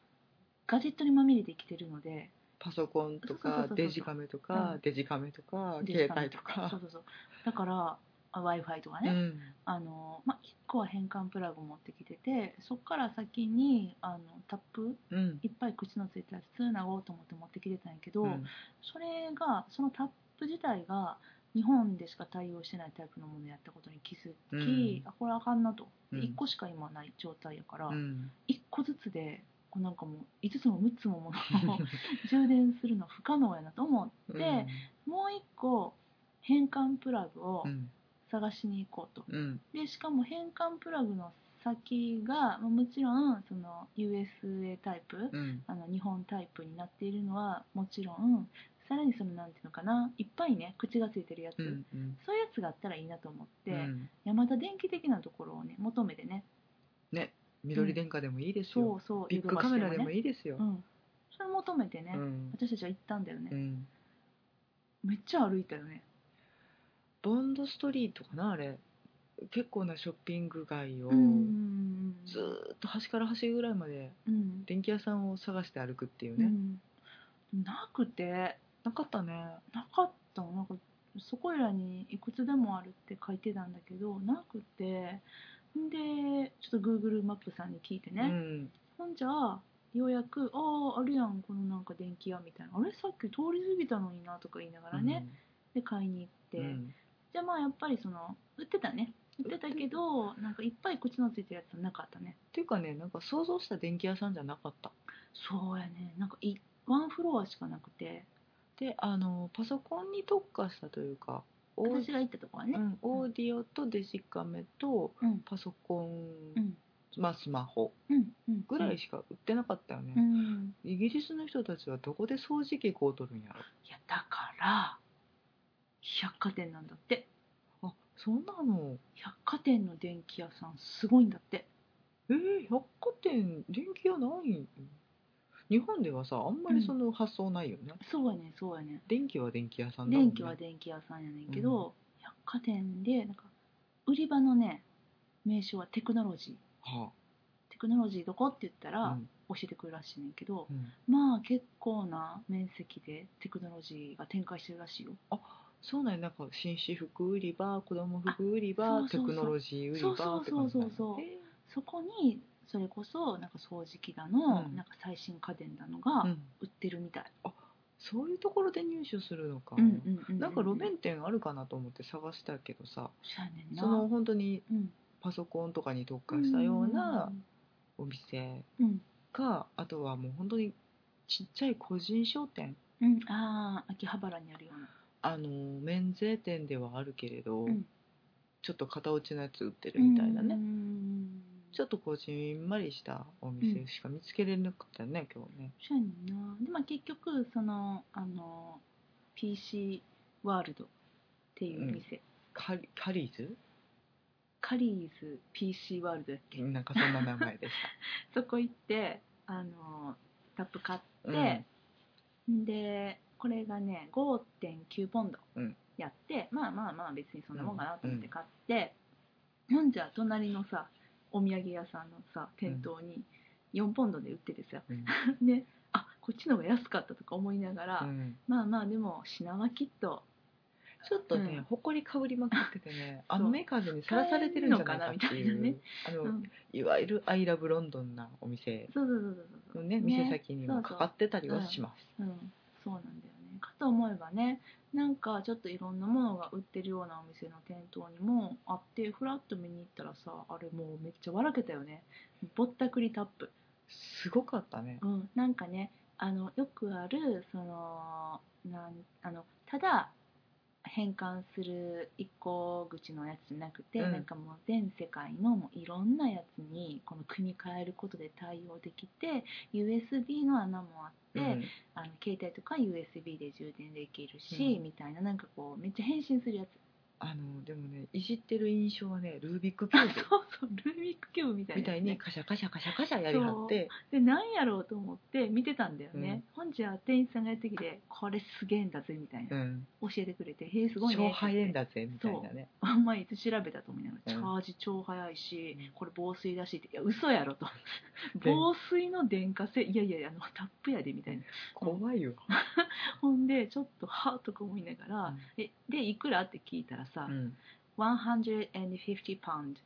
Speaker 1: ガジェットにまみれて生きてるので
Speaker 2: パソコンと
Speaker 1: そうそうそう
Speaker 2: か
Speaker 1: そう
Speaker 2: デジカメとか、
Speaker 1: うん
Speaker 2: デジカメとか
Speaker 1: デジ
Speaker 2: 携
Speaker 1: カメ
Speaker 2: 帯と
Speaker 1: そう
Speaker 2: か
Speaker 1: そうそうだから w i f i とかね、
Speaker 2: うん
Speaker 1: あのまあ、1個は変換プラグ持ってきててそこから先にあのタップ
Speaker 2: うん
Speaker 1: いっぱい口のついたやつつなごうと思って持ってきてたんやけど、
Speaker 2: うん
Speaker 1: それがそのタップ自体が日本でしか対応してないタイプのものやったことに気づき、
Speaker 2: うん
Speaker 1: あこれあかんなと、で
Speaker 2: うん
Speaker 1: 1個しか今ない状態やから、
Speaker 2: うん
Speaker 1: 1個ずつでこうなんかもう5つも6つもも のを充電するの不可能やなと思って、もう1個変換プラグを
Speaker 2: うん
Speaker 1: 探しに行こうと。
Speaker 2: うん
Speaker 1: でしかも変換プラグの先が、まあ、もちろんその USA タイプ、
Speaker 2: うん
Speaker 1: あの日本タイプになっているのはもちろんさらにそのなんていうのかないっぱいね口がついてるやつ、
Speaker 2: うんうん
Speaker 1: そういうやつがあったらいいなと思って、
Speaker 2: うん
Speaker 1: ヤマダ電機的なところをね求めてね
Speaker 2: 緑電化でもいいですよ、
Speaker 1: そうそう
Speaker 2: ビッグカメラでも
Speaker 1: いい、
Speaker 2: いいですよ、
Speaker 1: うん、それ求めてね、
Speaker 2: うん
Speaker 1: 私たちは行ったんだよね、
Speaker 2: うん
Speaker 1: めっちゃ歩いたよね
Speaker 2: ボンドストリートかなあれ結構なショッピング街を
Speaker 1: うん
Speaker 2: ずーっと端から端ぐらいまで
Speaker 1: うん、
Speaker 2: 電気屋さんを探して歩くっていう
Speaker 1: う
Speaker 2: ね、
Speaker 1: ん、なくて
Speaker 2: なかったね
Speaker 1: なかったなんかそこらにいくつでもあるって書いてたんだけどなくてんでちょっと Google マップさんに聞いて
Speaker 2: う
Speaker 1: ね、
Speaker 2: ん
Speaker 1: ほんじゃようやく「あああるやんこのなんか電気屋」みたいな「あれさっき通り過ぎたのにな」とか言いながらね、で買いに行って、
Speaker 2: うんうん
Speaker 1: じゃあまあやっぱりその売ってたね売ってたけどなんかいっぱい口のついてるやつはなかったね
Speaker 2: っていうかねなんか想像した電気屋さんじゃなかった
Speaker 1: そうやねなんかいワンフロアしかなくて
Speaker 2: であのパソコンに特化したというかオー,、
Speaker 1: 私が行ったとこは
Speaker 2: う
Speaker 1: ね
Speaker 2: ん、オーディオとデジカメと
Speaker 1: うん
Speaker 2: パソコン、
Speaker 1: うん
Speaker 2: まあスマホ
Speaker 1: うんうん
Speaker 2: ぐらいしか売ってなかったよね、
Speaker 1: うん
Speaker 2: イギリスの人たちはどこで掃除機こう取るんや
Speaker 1: いやだから百貨店なんだって
Speaker 2: ろあそんなの
Speaker 1: 百貨店の電気屋さんすごいんだって
Speaker 2: えー、百貨店電気屋ない日本ではさあんまりその発想ないよね、
Speaker 1: そうやねんそうやねん
Speaker 2: 電気は電気屋さんだもん
Speaker 1: 電
Speaker 2: ね
Speaker 1: 気は電気屋さんやねんけど、百貨店でなんか売り場のね名称はテクノロジー
Speaker 2: は
Speaker 1: テクノロジーどこって言った
Speaker 2: あ
Speaker 1: ら
Speaker 2: うん
Speaker 1: 教えてくるらしいねんけど、
Speaker 2: うん
Speaker 1: まあ結構な面積でテクノロジーが展開してるらしいよ
Speaker 2: そうなんやなんか紳士服売り場子供服売り
Speaker 1: あそうそう
Speaker 2: 場
Speaker 1: そう
Speaker 2: テクノロジー売り場って感じなんや
Speaker 1: そうそうそうそう
Speaker 2: えー
Speaker 1: そこにそれこそなんか掃除機だの、
Speaker 2: うん
Speaker 1: なんか最新家電だのが
Speaker 2: うん
Speaker 1: 売ってるみたい、
Speaker 2: そういうところで入手するのか、
Speaker 1: うんうん
Speaker 2: なんか路
Speaker 1: うん
Speaker 2: 面店あるかなと思って探したけどさ、
Speaker 1: そうやねんな
Speaker 2: その本当に
Speaker 1: うん
Speaker 2: パソコンとかに特化したようなお店
Speaker 1: うん、
Speaker 2: かあとはもう本当にちっちゃい個人商店
Speaker 1: うんうん、ああ秋葉原にあるような
Speaker 2: あの免税店ではあるけれど、
Speaker 1: うん
Speaker 2: ちょっと型落ちのやつ売ってるみたいなね、
Speaker 1: うん
Speaker 2: ちょっとこうじんまりしたお店しか見つけれなかったね、今日ね
Speaker 1: そうやねんなでまあ結局そのあの PC ワールドっていう店、
Speaker 2: カリカリーズ
Speaker 1: カリーズ PC ワールドやっけ
Speaker 2: なんかそんな名前でし、
Speaker 1: そこ行ってあのタップ買った て、でこれがね5.9ポンド
Speaker 2: うん
Speaker 1: やって、まあまあまあ別にそんなもんかなと思って買って、飲んじゃ隣のさお土産屋さんのさ店頭に4ポンドで売っててさ、
Speaker 2: うん
Speaker 1: であこっちの方が安かったとか思いながら、
Speaker 2: うん
Speaker 1: まあまあでも品はきっと
Speaker 2: ちょっとね、
Speaker 1: うん
Speaker 2: ほこりかぶりまくっててね
Speaker 1: そう
Speaker 2: 雨風にさらされてるんじゃないかってい
Speaker 1: 使えんのかなみたいな
Speaker 2: う
Speaker 1: ね
Speaker 2: あの、
Speaker 1: うん
Speaker 2: いわゆるアイラブロンドンなお店
Speaker 1: そうそうそうそ
Speaker 2: の
Speaker 1: う
Speaker 2: ね店先にも
Speaker 1: そうそ
Speaker 2: か
Speaker 1: う
Speaker 2: かってたりはします
Speaker 1: うん、そうなんだよねかと思えばねなんかちょっといろんなものが売ってるようなお店の店頭にもあってふらっと見に行ったらさあれもうめっちゃ笑けたよねぼったくりタップ、
Speaker 2: すごかったね
Speaker 1: うん、なんかねあのよくあるそのなんあのただ変換する一個口のやつじゃなくて、
Speaker 2: うん
Speaker 1: なんかもう全世界のもういろんなやつにこの組み替えることで対応できて USB の穴もあって、
Speaker 2: うん
Speaker 1: あの携帯とか USB で充電できるし、
Speaker 2: うん
Speaker 1: みたいななんかこうめっちゃ変身するやつ
Speaker 2: あのでもねいじってる印象はねルービックキューブ
Speaker 1: そうそうルービックキューブみたいな
Speaker 2: みたいにカシャカシャカシャカシャやりはって
Speaker 1: でなんやろうと思って見てたんだよね、本日は店員さんがやってきてこれすげえんだぜみたいな、
Speaker 2: うん
Speaker 1: 教えてくれてへえすごいね
Speaker 2: 超入れんだぜみたいなね
Speaker 1: あんまいつ調べたと思いながら、
Speaker 2: うん
Speaker 1: チャージ超早いし
Speaker 2: うん
Speaker 1: これ防水だしっていや嘘やろと
Speaker 2: で
Speaker 1: 防水の電化製いやいやいやあのタップやでみたいな
Speaker 2: 怖いよ
Speaker 1: ほんでちょっとはぁとか思いながら、
Speaker 2: う
Speaker 1: えでいくらって聞いたらさ、
Speaker 2: ん
Speaker 1: 150パウンド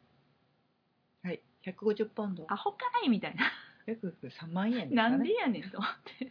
Speaker 2: はい150ポンド
Speaker 1: アホかいみたいな
Speaker 2: 約3万円ですかね
Speaker 1: なんでやねんと思 って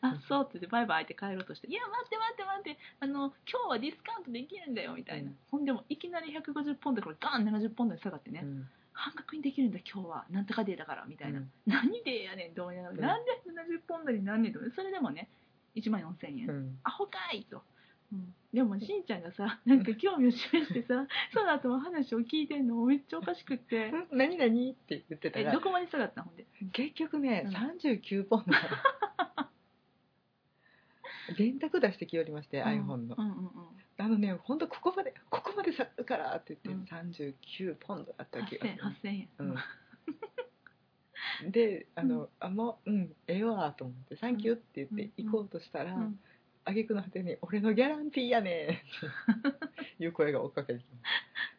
Speaker 1: あそうって言ってバイバイって帰ろうとして「いや待って待って待ってあの今日はディスカウントできるんだよ」みたいな、
Speaker 2: うん
Speaker 1: ほんでもいきなり150ポンドからガン70ポンドに下がってね、
Speaker 2: うん
Speaker 1: 半額にできるんだ今日はなんとかデーだからみたいな、
Speaker 2: うん
Speaker 1: 何デーやねんと思いながら、
Speaker 2: うん
Speaker 1: なんで70ポンドになんねんと思ってそれでもね1万4000円、
Speaker 2: うん
Speaker 1: アホかいと、うん、でもしんちゃんがさなんか興味を示してさその後も話を聞いてんのもめっちゃおかしくって
Speaker 2: 何々って言ってた
Speaker 1: えど
Speaker 2: ら
Speaker 1: こまで下がったのほんで
Speaker 2: 結局ね
Speaker 1: うん
Speaker 2: 39ポンド 電卓出してきよりまして
Speaker 1: うん
Speaker 2: iPhone の
Speaker 1: うんうんうん
Speaker 2: あのね本当ここまでここまで下がるからって言
Speaker 1: うん
Speaker 2: って39ポンドだったわけよ
Speaker 1: 8000 8000円、
Speaker 2: うん、であの、あもううんええわと思って「サンキュー」って言って
Speaker 1: うん
Speaker 2: 行こうとしたら、
Speaker 1: うんうん
Speaker 2: 挙句の果てに「俺のギャランティーやねん」っていう声が追っかけてきます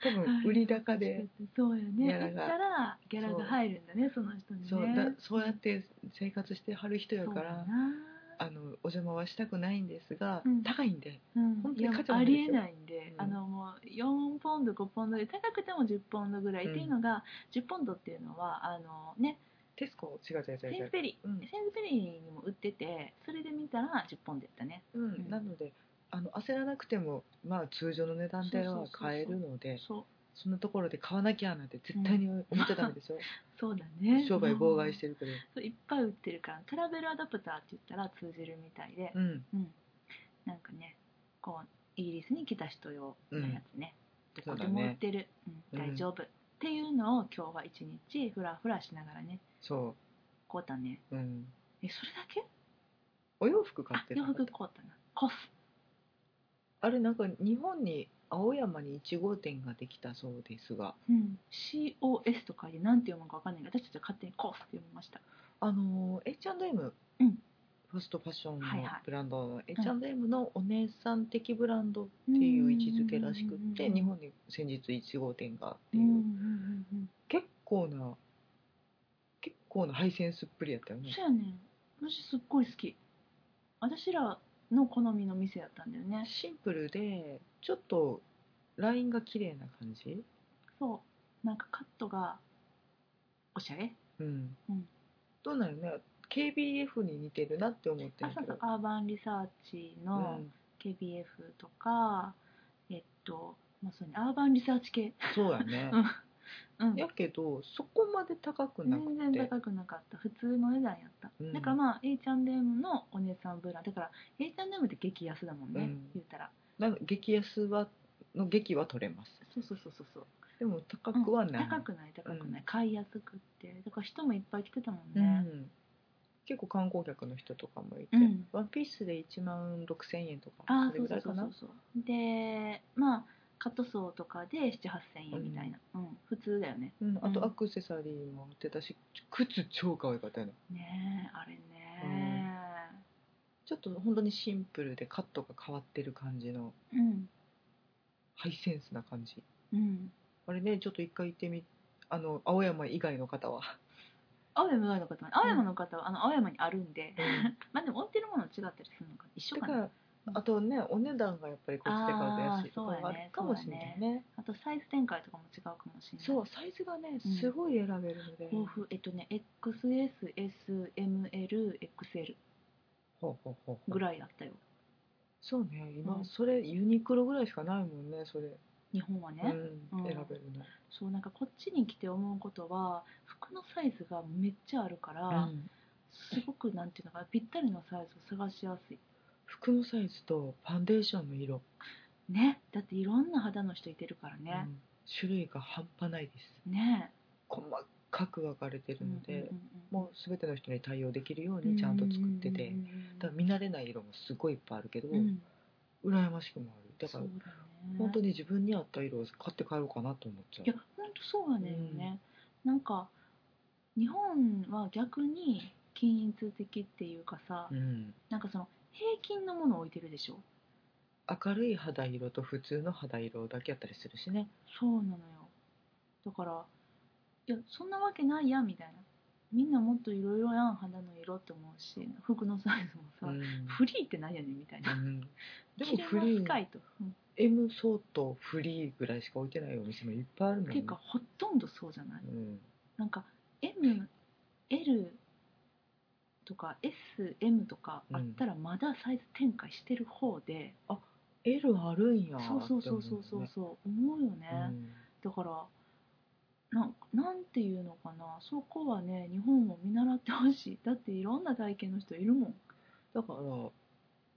Speaker 2: 多分売り高で、
Speaker 1: そうよね
Speaker 2: ギ
Speaker 1: だっ
Speaker 2: ャラ
Speaker 1: た
Speaker 2: が
Speaker 1: らギャラが入るんだねその人にね
Speaker 2: そうだそうやって生活してはる人や
Speaker 1: そう
Speaker 2: か
Speaker 1: だ
Speaker 2: ら
Speaker 1: な
Speaker 2: あのお邪魔はしたくないんですが、
Speaker 1: うん
Speaker 2: 高いんで
Speaker 1: うん
Speaker 2: 本
Speaker 1: い
Speaker 2: 当に
Speaker 1: や
Speaker 2: 価値は
Speaker 1: あ
Speaker 2: ないですよ
Speaker 1: りえないんで、
Speaker 2: うん
Speaker 1: あのもう4ポンド5ポンドで高くても10ポンドぐらい、
Speaker 2: うん
Speaker 1: っていうのが10ポンドっていうのはあのね
Speaker 2: テスコ違う違う
Speaker 1: セ
Speaker 2: 違
Speaker 1: ン
Speaker 2: う違う
Speaker 1: ズベリー、
Speaker 2: うん
Speaker 1: センズベリーにも売っててそれで見たら10ポンドやったね
Speaker 2: うん
Speaker 1: うん
Speaker 2: なのであの焦らなくても、まあ、通常の値段では買えるので
Speaker 1: そう
Speaker 2: そんなところで買わなきゃなんて絶対に思っちゃダメでしょ、
Speaker 1: そうだね
Speaker 2: 商売妨害してるけど、
Speaker 1: そういっぱい売ってるからトラベルアダプターって言ったら通じるみたいで、
Speaker 2: うん、
Speaker 1: うん、なんかねこうイギリスに来た人用のやつね、どこで
Speaker 2: そうだ
Speaker 1: も
Speaker 2: ね
Speaker 1: 売ってる、うん
Speaker 2: うん
Speaker 1: 大丈夫、っていうのを今日は一日フラフラしながらね
Speaker 2: そ
Speaker 1: こうたね
Speaker 2: う、うん、
Speaker 1: えそれだけ
Speaker 2: お洋服買
Speaker 1: あ
Speaker 2: ってた
Speaker 1: 洋服こうたなコス
Speaker 2: あれなんか日本に青山に1号店ができたそうですが
Speaker 1: うん、COS とかでなんて読むかわかんないけど私たちは勝手にコスって読みました
Speaker 2: あのー H&M、
Speaker 1: うん
Speaker 2: ファストファッションの
Speaker 1: はいはい
Speaker 2: ブランドの H&M のお姉さん的ブランドって
Speaker 1: って
Speaker 2: いう位置づけらしくって日
Speaker 1: っ
Speaker 2: 本に先日1号店がって
Speaker 1: てい,、
Speaker 2: いう
Speaker 1: んうん
Speaker 2: う
Speaker 1: うん
Speaker 2: 結構な結構なハイセンスっぷりやったよ
Speaker 1: うん、
Speaker 2: ね
Speaker 1: そうやねん私すっごい好き私らの好みの店やったんだよね
Speaker 2: シンプルでちょっとラインが綺麗な感じ
Speaker 1: そうなんかカットがおしゃれ
Speaker 2: うん、
Speaker 1: うん
Speaker 2: どうなるね KBF に似てるなって思って
Speaker 1: あ
Speaker 2: る
Speaker 1: そ
Speaker 2: け
Speaker 1: うそう
Speaker 2: ど
Speaker 1: アーバンリサーチ
Speaker 2: う
Speaker 1: の
Speaker 2: ん
Speaker 1: KBF とか、えっと、まあ、そうねアーバンリサーチ系、
Speaker 2: そうやね
Speaker 1: う、んうん、
Speaker 2: やけどそこまで高くなく
Speaker 1: 全
Speaker 2: て
Speaker 1: 然高くなかった普通の値段やった、
Speaker 2: うん
Speaker 1: だからまあ H&M のお姉さんブランドだから H&M って激安だもんね、
Speaker 2: うん
Speaker 1: 言うたら
Speaker 2: なんか激安はの激は取れます
Speaker 1: そうそうそうそうそう
Speaker 2: でも高くはない、
Speaker 1: 高くない高くない、
Speaker 2: うん
Speaker 1: 買いやすくってだから人もいっぱい来てたもん
Speaker 2: う
Speaker 1: ね、
Speaker 2: ん結構観光客の人とかもいて、
Speaker 1: うん
Speaker 2: ワンピースで1万6000円とか
Speaker 1: ああ
Speaker 2: そ
Speaker 1: そ
Speaker 2: れ
Speaker 1: う
Speaker 2: ぐ
Speaker 1: そ
Speaker 2: ら
Speaker 1: う
Speaker 2: い
Speaker 1: そう
Speaker 2: か
Speaker 1: そ
Speaker 2: な
Speaker 1: うそうでまあカットソーとかで78000円みたいな、うん普通だよね
Speaker 2: うん、あ
Speaker 1: うん
Speaker 2: とアクセサリーも売ってたし靴超可愛かったよね
Speaker 1: ねえあれね
Speaker 2: ちょっと本当にシンプルでカットが変わってる感じの
Speaker 1: うん
Speaker 2: ハイセンスな感じ
Speaker 1: うん
Speaker 2: あれねちょっと一回行ってみあの青山以外の方は、
Speaker 1: 青山の方は青山の方は、あの青山にあるんで、
Speaker 2: うん
Speaker 1: まあでも置いてるもの違ったりするのか一緒
Speaker 2: だ
Speaker 1: か
Speaker 2: か
Speaker 1: な
Speaker 2: らあとねお値段がやっぱりこっちで買うと安いところがあるかもしれないね
Speaker 1: あとサイズ展開とかも違うかもしれない
Speaker 2: そうサイズがねすごい選べるので、
Speaker 1: 豊富えっとね XSSMLXL
Speaker 2: ほうほうほうほう
Speaker 1: ぐらいだったよ
Speaker 2: そうね今、
Speaker 1: うん
Speaker 2: それユニクロぐらいしかないもんねそれ、
Speaker 1: 日本はね、
Speaker 2: うん
Speaker 1: うん
Speaker 2: 選べるの、
Speaker 1: そうなんかこっちに来て思うことは服のサイズがめっちゃあるから、
Speaker 2: うん
Speaker 1: すごくなんていうのかなぴったりのサイズを探しやすい
Speaker 2: 服のサイズとファンデーションの色、
Speaker 1: ねだっていろんな肌の人いてるから
Speaker 2: う
Speaker 1: ね、
Speaker 2: ん種類が半端ないです
Speaker 1: ね
Speaker 2: 細かく分かれてるので、
Speaker 1: うんうんうんうん
Speaker 2: もう全ての人に対応できるようにちゃんと作ってて、
Speaker 1: うんうんうんうん
Speaker 2: だから見慣れない色もすごいいっぱいあるけど、
Speaker 1: うん
Speaker 2: 羨ましくもあるだか
Speaker 1: そ
Speaker 2: ら
Speaker 1: うだね
Speaker 2: 本当に自分に合った色を買って帰ろうかなと思っちゃう
Speaker 1: いや本当そうやねんね、なんか日本は逆に均一的っていうかさ、
Speaker 2: うん、
Speaker 1: なんかその平均のものを置いてるでしょ
Speaker 2: 明るい肌色と普通の肌色だけやったりするしね
Speaker 1: そうなのよだからいやそんなわけないやみたいなみんなもっといろいろやん肌の色って思うし服のサイズもさ、
Speaker 2: うん
Speaker 1: フリーって何やねんみたいな、
Speaker 2: うんでも
Speaker 1: 着れ
Speaker 2: フリ
Speaker 1: ますか
Speaker 2: ー
Speaker 1: いと、うん
Speaker 2: M 相当フリーぐらいしか置いてないお店もいっぱいあるもん
Speaker 1: ていうかほとんどそうじゃない
Speaker 2: うん、
Speaker 1: なんか ML とか SM とかあったらまだサイズ展開してる方で、
Speaker 2: L あるんや
Speaker 1: そうそうそうそうそうそう思うよね、
Speaker 2: うん
Speaker 1: だからななんていうのかなそこはね日本も見習ってほしいだっていろんな体型の人いるもん
Speaker 2: だから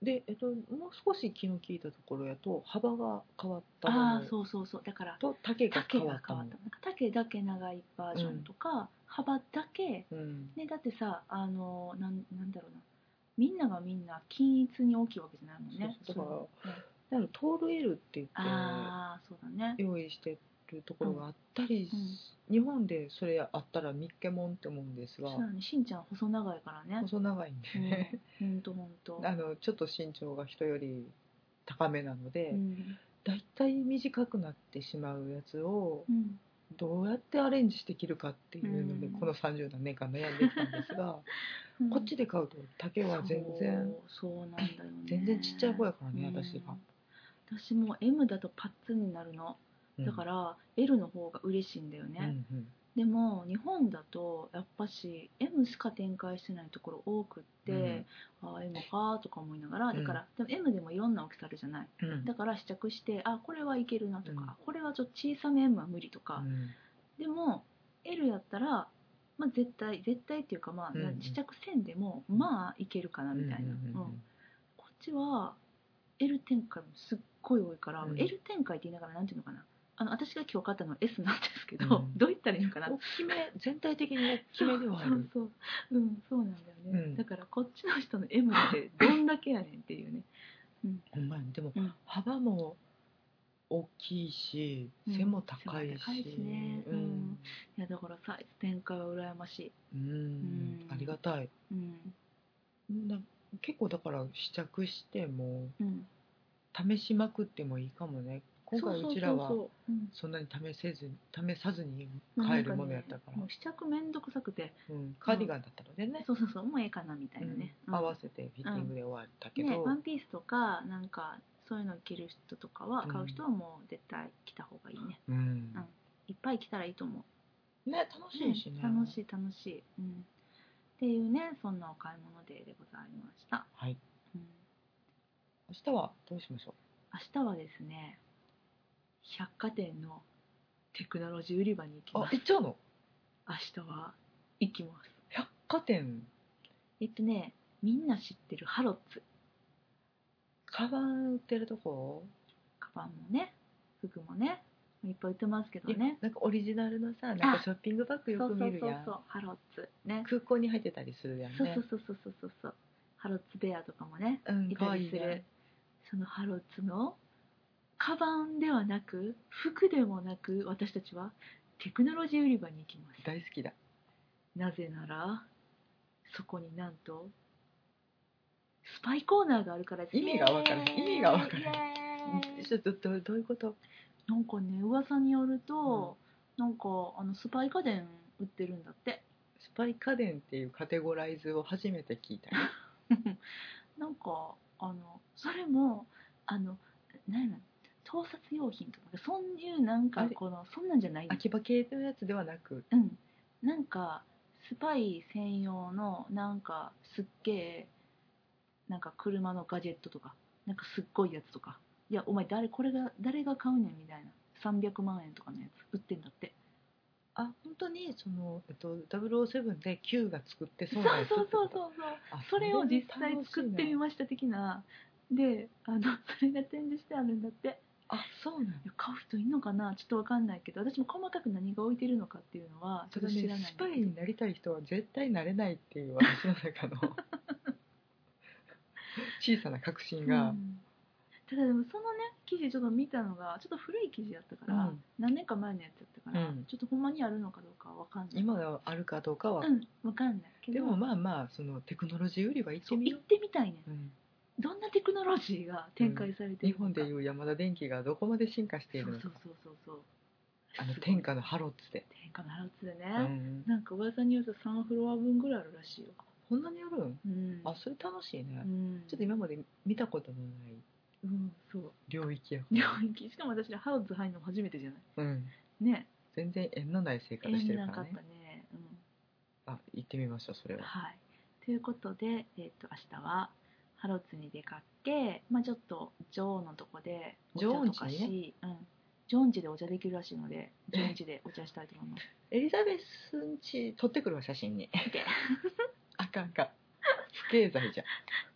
Speaker 2: で、えっと、もう少し気の利いたところやと幅が変わったも
Speaker 1: ああ
Speaker 2: の
Speaker 1: そうそうそうだから
Speaker 2: と丈が
Speaker 1: 丈
Speaker 2: 変
Speaker 1: が変
Speaker 2: わ
Speaker 1: わ
Speaker 2: っ
Speaker 1: った
Speaker 2: たも
Speaker 1: な
Speaker 2: の
Speaker 1: んか丈だけ長いバージョンとか、幅だけ
Speaker 2: うん
Speaker 1: ねだってさあのなんなんだろうなみんながみんな均一に大きいわけじゃないもんね
Speaker 2: そうそう
Speaker 1: そう
Speaker 2: だからトール L って言っ
Speaker 1: ああそうだね
Speaker 2: て用意してるところがあったり、日本でそれあったらみっけもんって思うんですが
Speaker 1: そうだねしんちゃん細長いからね
Speaker 2: 細長いんでね、
Speaker 1: うんほんとほん と
Speaker 2: あのちょっと身長が人より高めなので、
Speaker 1: うん
Speaker 2: だいたい短くなってしまうやつを
Speaker 1: うん
Speaker 2: どうやってアレンジして着るかっていうので、
Speaker 1: うん
Speaker 2: この30何年間悩んできたんですが、
Speaker 1: うん
Speaker 2: こっちで買うと丈は全然
Speaker 1: そうそうなんだよね
Speaker 2: 全然ちっちゃい方やからね私が
Speaker 1: うん私も M だとパッツンになるのだからら L の方が嬉しいんだよね、でも日本だとやっぱし M しか展開してないところ多くって、ああ M かとか思いながらだから、でも M でもいろんな大きさあるじゃないだから試着してあこれはいけるなとか、
Speaker 2: うん
Speaker 1: これはちょっと小さめ M は無理とか、でも L やったら、まあ、絶対絶対っていうかまあ、
Speaker 2: うんうん
Speaker 1: 試着せんでもまあいけるかなみたいな、うんこっちは L 展開もすっごい多いから、
Speaker 2: うん
Speaker 1: L 展開って言いながらなんていうのかなあの私が今日買ったのは S なんですけど、
Speaker 2: うん
Speaker 1: どう言ったらいいのかな
Speaker 2: 大きめ全体的に大きめではある
Speaker 1: そうそうそううんそうなんだよね、
Speaker 2: うん
Speaker 1: だからこっちの人の M ってどんだけやねんっていうね
Speaker 2: ほんまやねでも
Speaker 1: うん
Speaker 2: 幅も大きいし
Speaker 1: うん
Speaker 2: 背も高い
Speaker 1: 背
Speaker 2: し
Speaker 1: も高いしね
Speaker 2: う
Speaker 1: うんんいやだからサイズ展開は羨ましい
Speaker 2: うん
Speaker 1: うん
Speaker 2: ありがたい
Speaker 1: うん
Speaker 2: な結構だから試着しても
Speaker 1: うん
Speaker 2: 試しまくってもいいかもね今回うちらは
Speaker 1: そうそうそうそううん
Speaker 2: そんなに試せず試さずに
Speaker 1: なんか
Speaker 2: 買
Speaker 1: ね
Speaker 2: えるものやったから、
Speaker 1: もう試着めんどくさくて、
Speaker 2: うんカーディガンだったのでね、
Speaker 1: そうそうそうもうええかなみたいなね、
Speaker 2: うん
Speaker 1: うん
Speaker 2: 合わせてフィッティングで終わったけど、
Speaker 1: ね、ワンピースとかなんかそういうの着る人とかは
Speaker 2: うん
Speaker 1: 買う人はもう絶対着た方がいいね、
Speaker 2: うん
Speaker 1: いっぱい着たらいいと思
Speaker 2: ね楽
Speaker 1: う、
Speaker 2: しいしね、
Speaker 1: うん楽しい楽しい、うん、っていうねそんなお買い物デーでございました、
Speaker 2: はい
Speaker 1: うん、
Speaker 2: 明日はどうしましょ
Speaker 1: 明日はですね百貨店のテクノロジー売り場に行き
Speaker 2: うあ
Speaker 1: ます
Speaker 2: 行っちゃうの
Speaker 1: 明日は行きます
Speaker 2: 百貨店
Speaker 1: えっとねみんな知ってるハロッツ
Speaker 2: カバン売ってるとこ
Speaker 1: カバンもね服もねいっぱい売ってますけど
Speaker 2: いや
Speaker 1: ね
Speaker 2: なんかオリジナルのさなんかショッピングバッグよ
Speaker 1: そう
Speaker 2: く
Speaker 1: そ
Speaker 2: 見
Speaker 1: う
Speaker 2: る
Speaker 1: そう
Speaker 2: やん
Speaker 1: そうハロッツね
Speaker 2: 空港に入ってたりするやんね
Speaker 1: そうそうそうそうそうそうそうハロッツベアとかもね
Speaker 2: うん
Speaker 1: い
Speaker 2: か
Speaker 1: た
Speaker 2: わ
Speaker 1: り
Speaker 2: いい
Speaker 1: する、
Speaker 2: ね
Speaker 1: そのハロッツのカバンではなく服でもなく私たちはテクノロジー売り場に行きます
Speaker 2: 大好きだ
Speaker 1: なぜならそこになんとスパイコーナーがあるからです
Speaker 2: 意味がわからない意味がわから
Speaker 1: ない
Speaker 2: ちょっとどどういうこと
Speaker 1: なんかね噂によると、なんかあのスパイ家電売ってるんだって
Speaker 2: スパイ家電っていうカテゴライズを初めて聞いたよ
Speaker 1: なんかあのそれもあの何やろ盗撮用品とかそういうなん
Speaker 2: あ
Speaker 1: か
Speaker 2: れ
Speaker 1: このそんなんじゃないんです
Speaker 2: 秋葉系のやつではなく
Speaker 1: うんなんかスパイ専用のなんかすっげえなんか車のガジェットとかなんかすっごいやつとかいやお前誰これが誰が買うねんみたいな300万円とかのやつ売ってんだって
Speaker 2: あ本当にその、えっと、007で Q が作って
Speaker 1: そ
Speaker 2: そううなやつ
Speaker 1: そうそう
Speaker 2: う
Speaker 1: そうそう
Speaker 2: あ
Speaker 1: それを実際作ってみ
Speaker 2: す
Speaker 1: ました的なであのそれが展示してあるんだって
Speaker 2: あそうな
Speaker 1: い
Speaker 2: の
Speaker 1: や買う人いんのかなちょっとわかんないけど私も細かく何が置いてるのかっていうのはち
Speaker 2: そ
Speaker 1: ょっ
Speaker 2: れ
Speaker 1: と知らない
Speaker 2: ねスパイになりたい人は絶対なれないっていう私の中 の小さな確信
Speaker 1: う
Speaker 2: が、
Speaker 1: んただでもそのね記事ちょっと見たのがちょっと古い記事やったから、
Speaker 2: うん
Speaker 1: 何年か前のやつやったから、
Speaker 2: うん
Speaker 1: ちょっとほんまにあるのかどうかはわかんない
Speaker 2: 今があるかどうかは、
Speaker 1: うんわかんないけど
Speaker 2: でもまあまあそのテクノロジー売りは行って
Speaker 1: そう
Speaker 2: み
Speaker 1: 行
Speaker 2: よ
Speaker 1: ってみたいね
Speaker 2: う、うん
Speaker 1: どんなテクノロジーが展開されて
Speaker 2: 日
Speaker 1: るのか、
Speaker 2: 本でいう山田電機がどこまで進化している
Speaker 1: そ
Speaker 2: の
Speaker 1: う
Speaker 2: か
Speaker 1: そうそうそうそう
Speaker 2: あの
Speaker 1: すごい
Speaker 2: 天下のハロッツで、
Speaker 1: 天下のハウツでね、
Speaker 2: うん、
Speaker 1: なんか噂によると3フロア分ぐらいあるらしいよ、
Speaker 2: こんなにあるん
Speaker 1: うん
Speaker 2: あそれ楽しいね、
Speaker 1: うん、
Speaker 2: ちょっと今まで見たことのない
Speaker 1: うんそう
Speaker 2: 領域やか
Speaker 1: 領域しかも私らハウツ入るの初めてじゃない
Speaker 2: ら、うん、
Speaker 1: ね
Speaker 2: 全然縁のない生活して
Speaker 1: 縁な
Speaker 2: る
Speaker 1: か
Speaker 2: か
Speaker 1: らった
Speaker 2: ね
Speaker 1: ね、
Speaker 2: あ行ってみましょうそれ
Speaker 1: うん、
Speaker 2: は
Speaker 1: はいということで、えー、と明日はハロツに出かけ、まあ、ちょっと女王のとこでお茶とか
Speaker 2: 女王ん
Speaker 1: し、うん、女王んちでお茶できるらしいので女王んちでお茶したいと思 います
Speaker 2: エリザベスんち撮ってくるわ写真に
Speaker 1: で
Speaker 2: あかんあかん不経済じゃん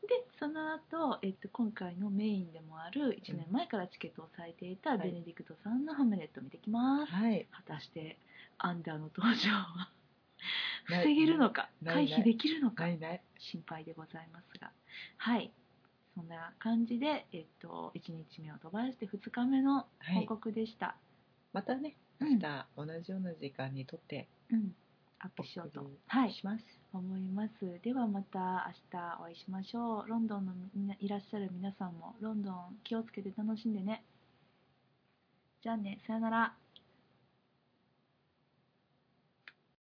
Speaker 1: でその後、えっと今回のメインでもある1年前からチケットを割いていた
Speaker 2: んはい
Speaker 1: ベネディクトさんの「ハムレット」見てきます、
Speaker 2: はい
Speaker 1: 果たしてアンダーの登場は防げるのか
Speaker 2: ない
Speaker 1: 回
Speaker 2: ない
Speaker 1: 避できるのか
Speaker 2: ないない
Speaker 1: 心配でございますがはいそんな感じで、えっと、1日目を飛ばして2日目の
Speaker 2: は
Speaker 1: 報
Speaker 2: い
Speaker 1: 告でした、
Speaker 2: またね
Speaker 1: う
Speaker 2: 明
Speaker 1: ん
Speaker 2: 日同じような時間に撮って
Speaker 1: うん、アップしよう
Speaker 2: お
Speaker 1: と
Speaker 2: 送り、
Speaker 1: はい、
Speaker 2: します、
Speaker 1: 思いますではまた明日お会いしましょうロンドンのみんないらっしゃる皆さんもロンドン気をつけて楽しんでねじゃあねさよなら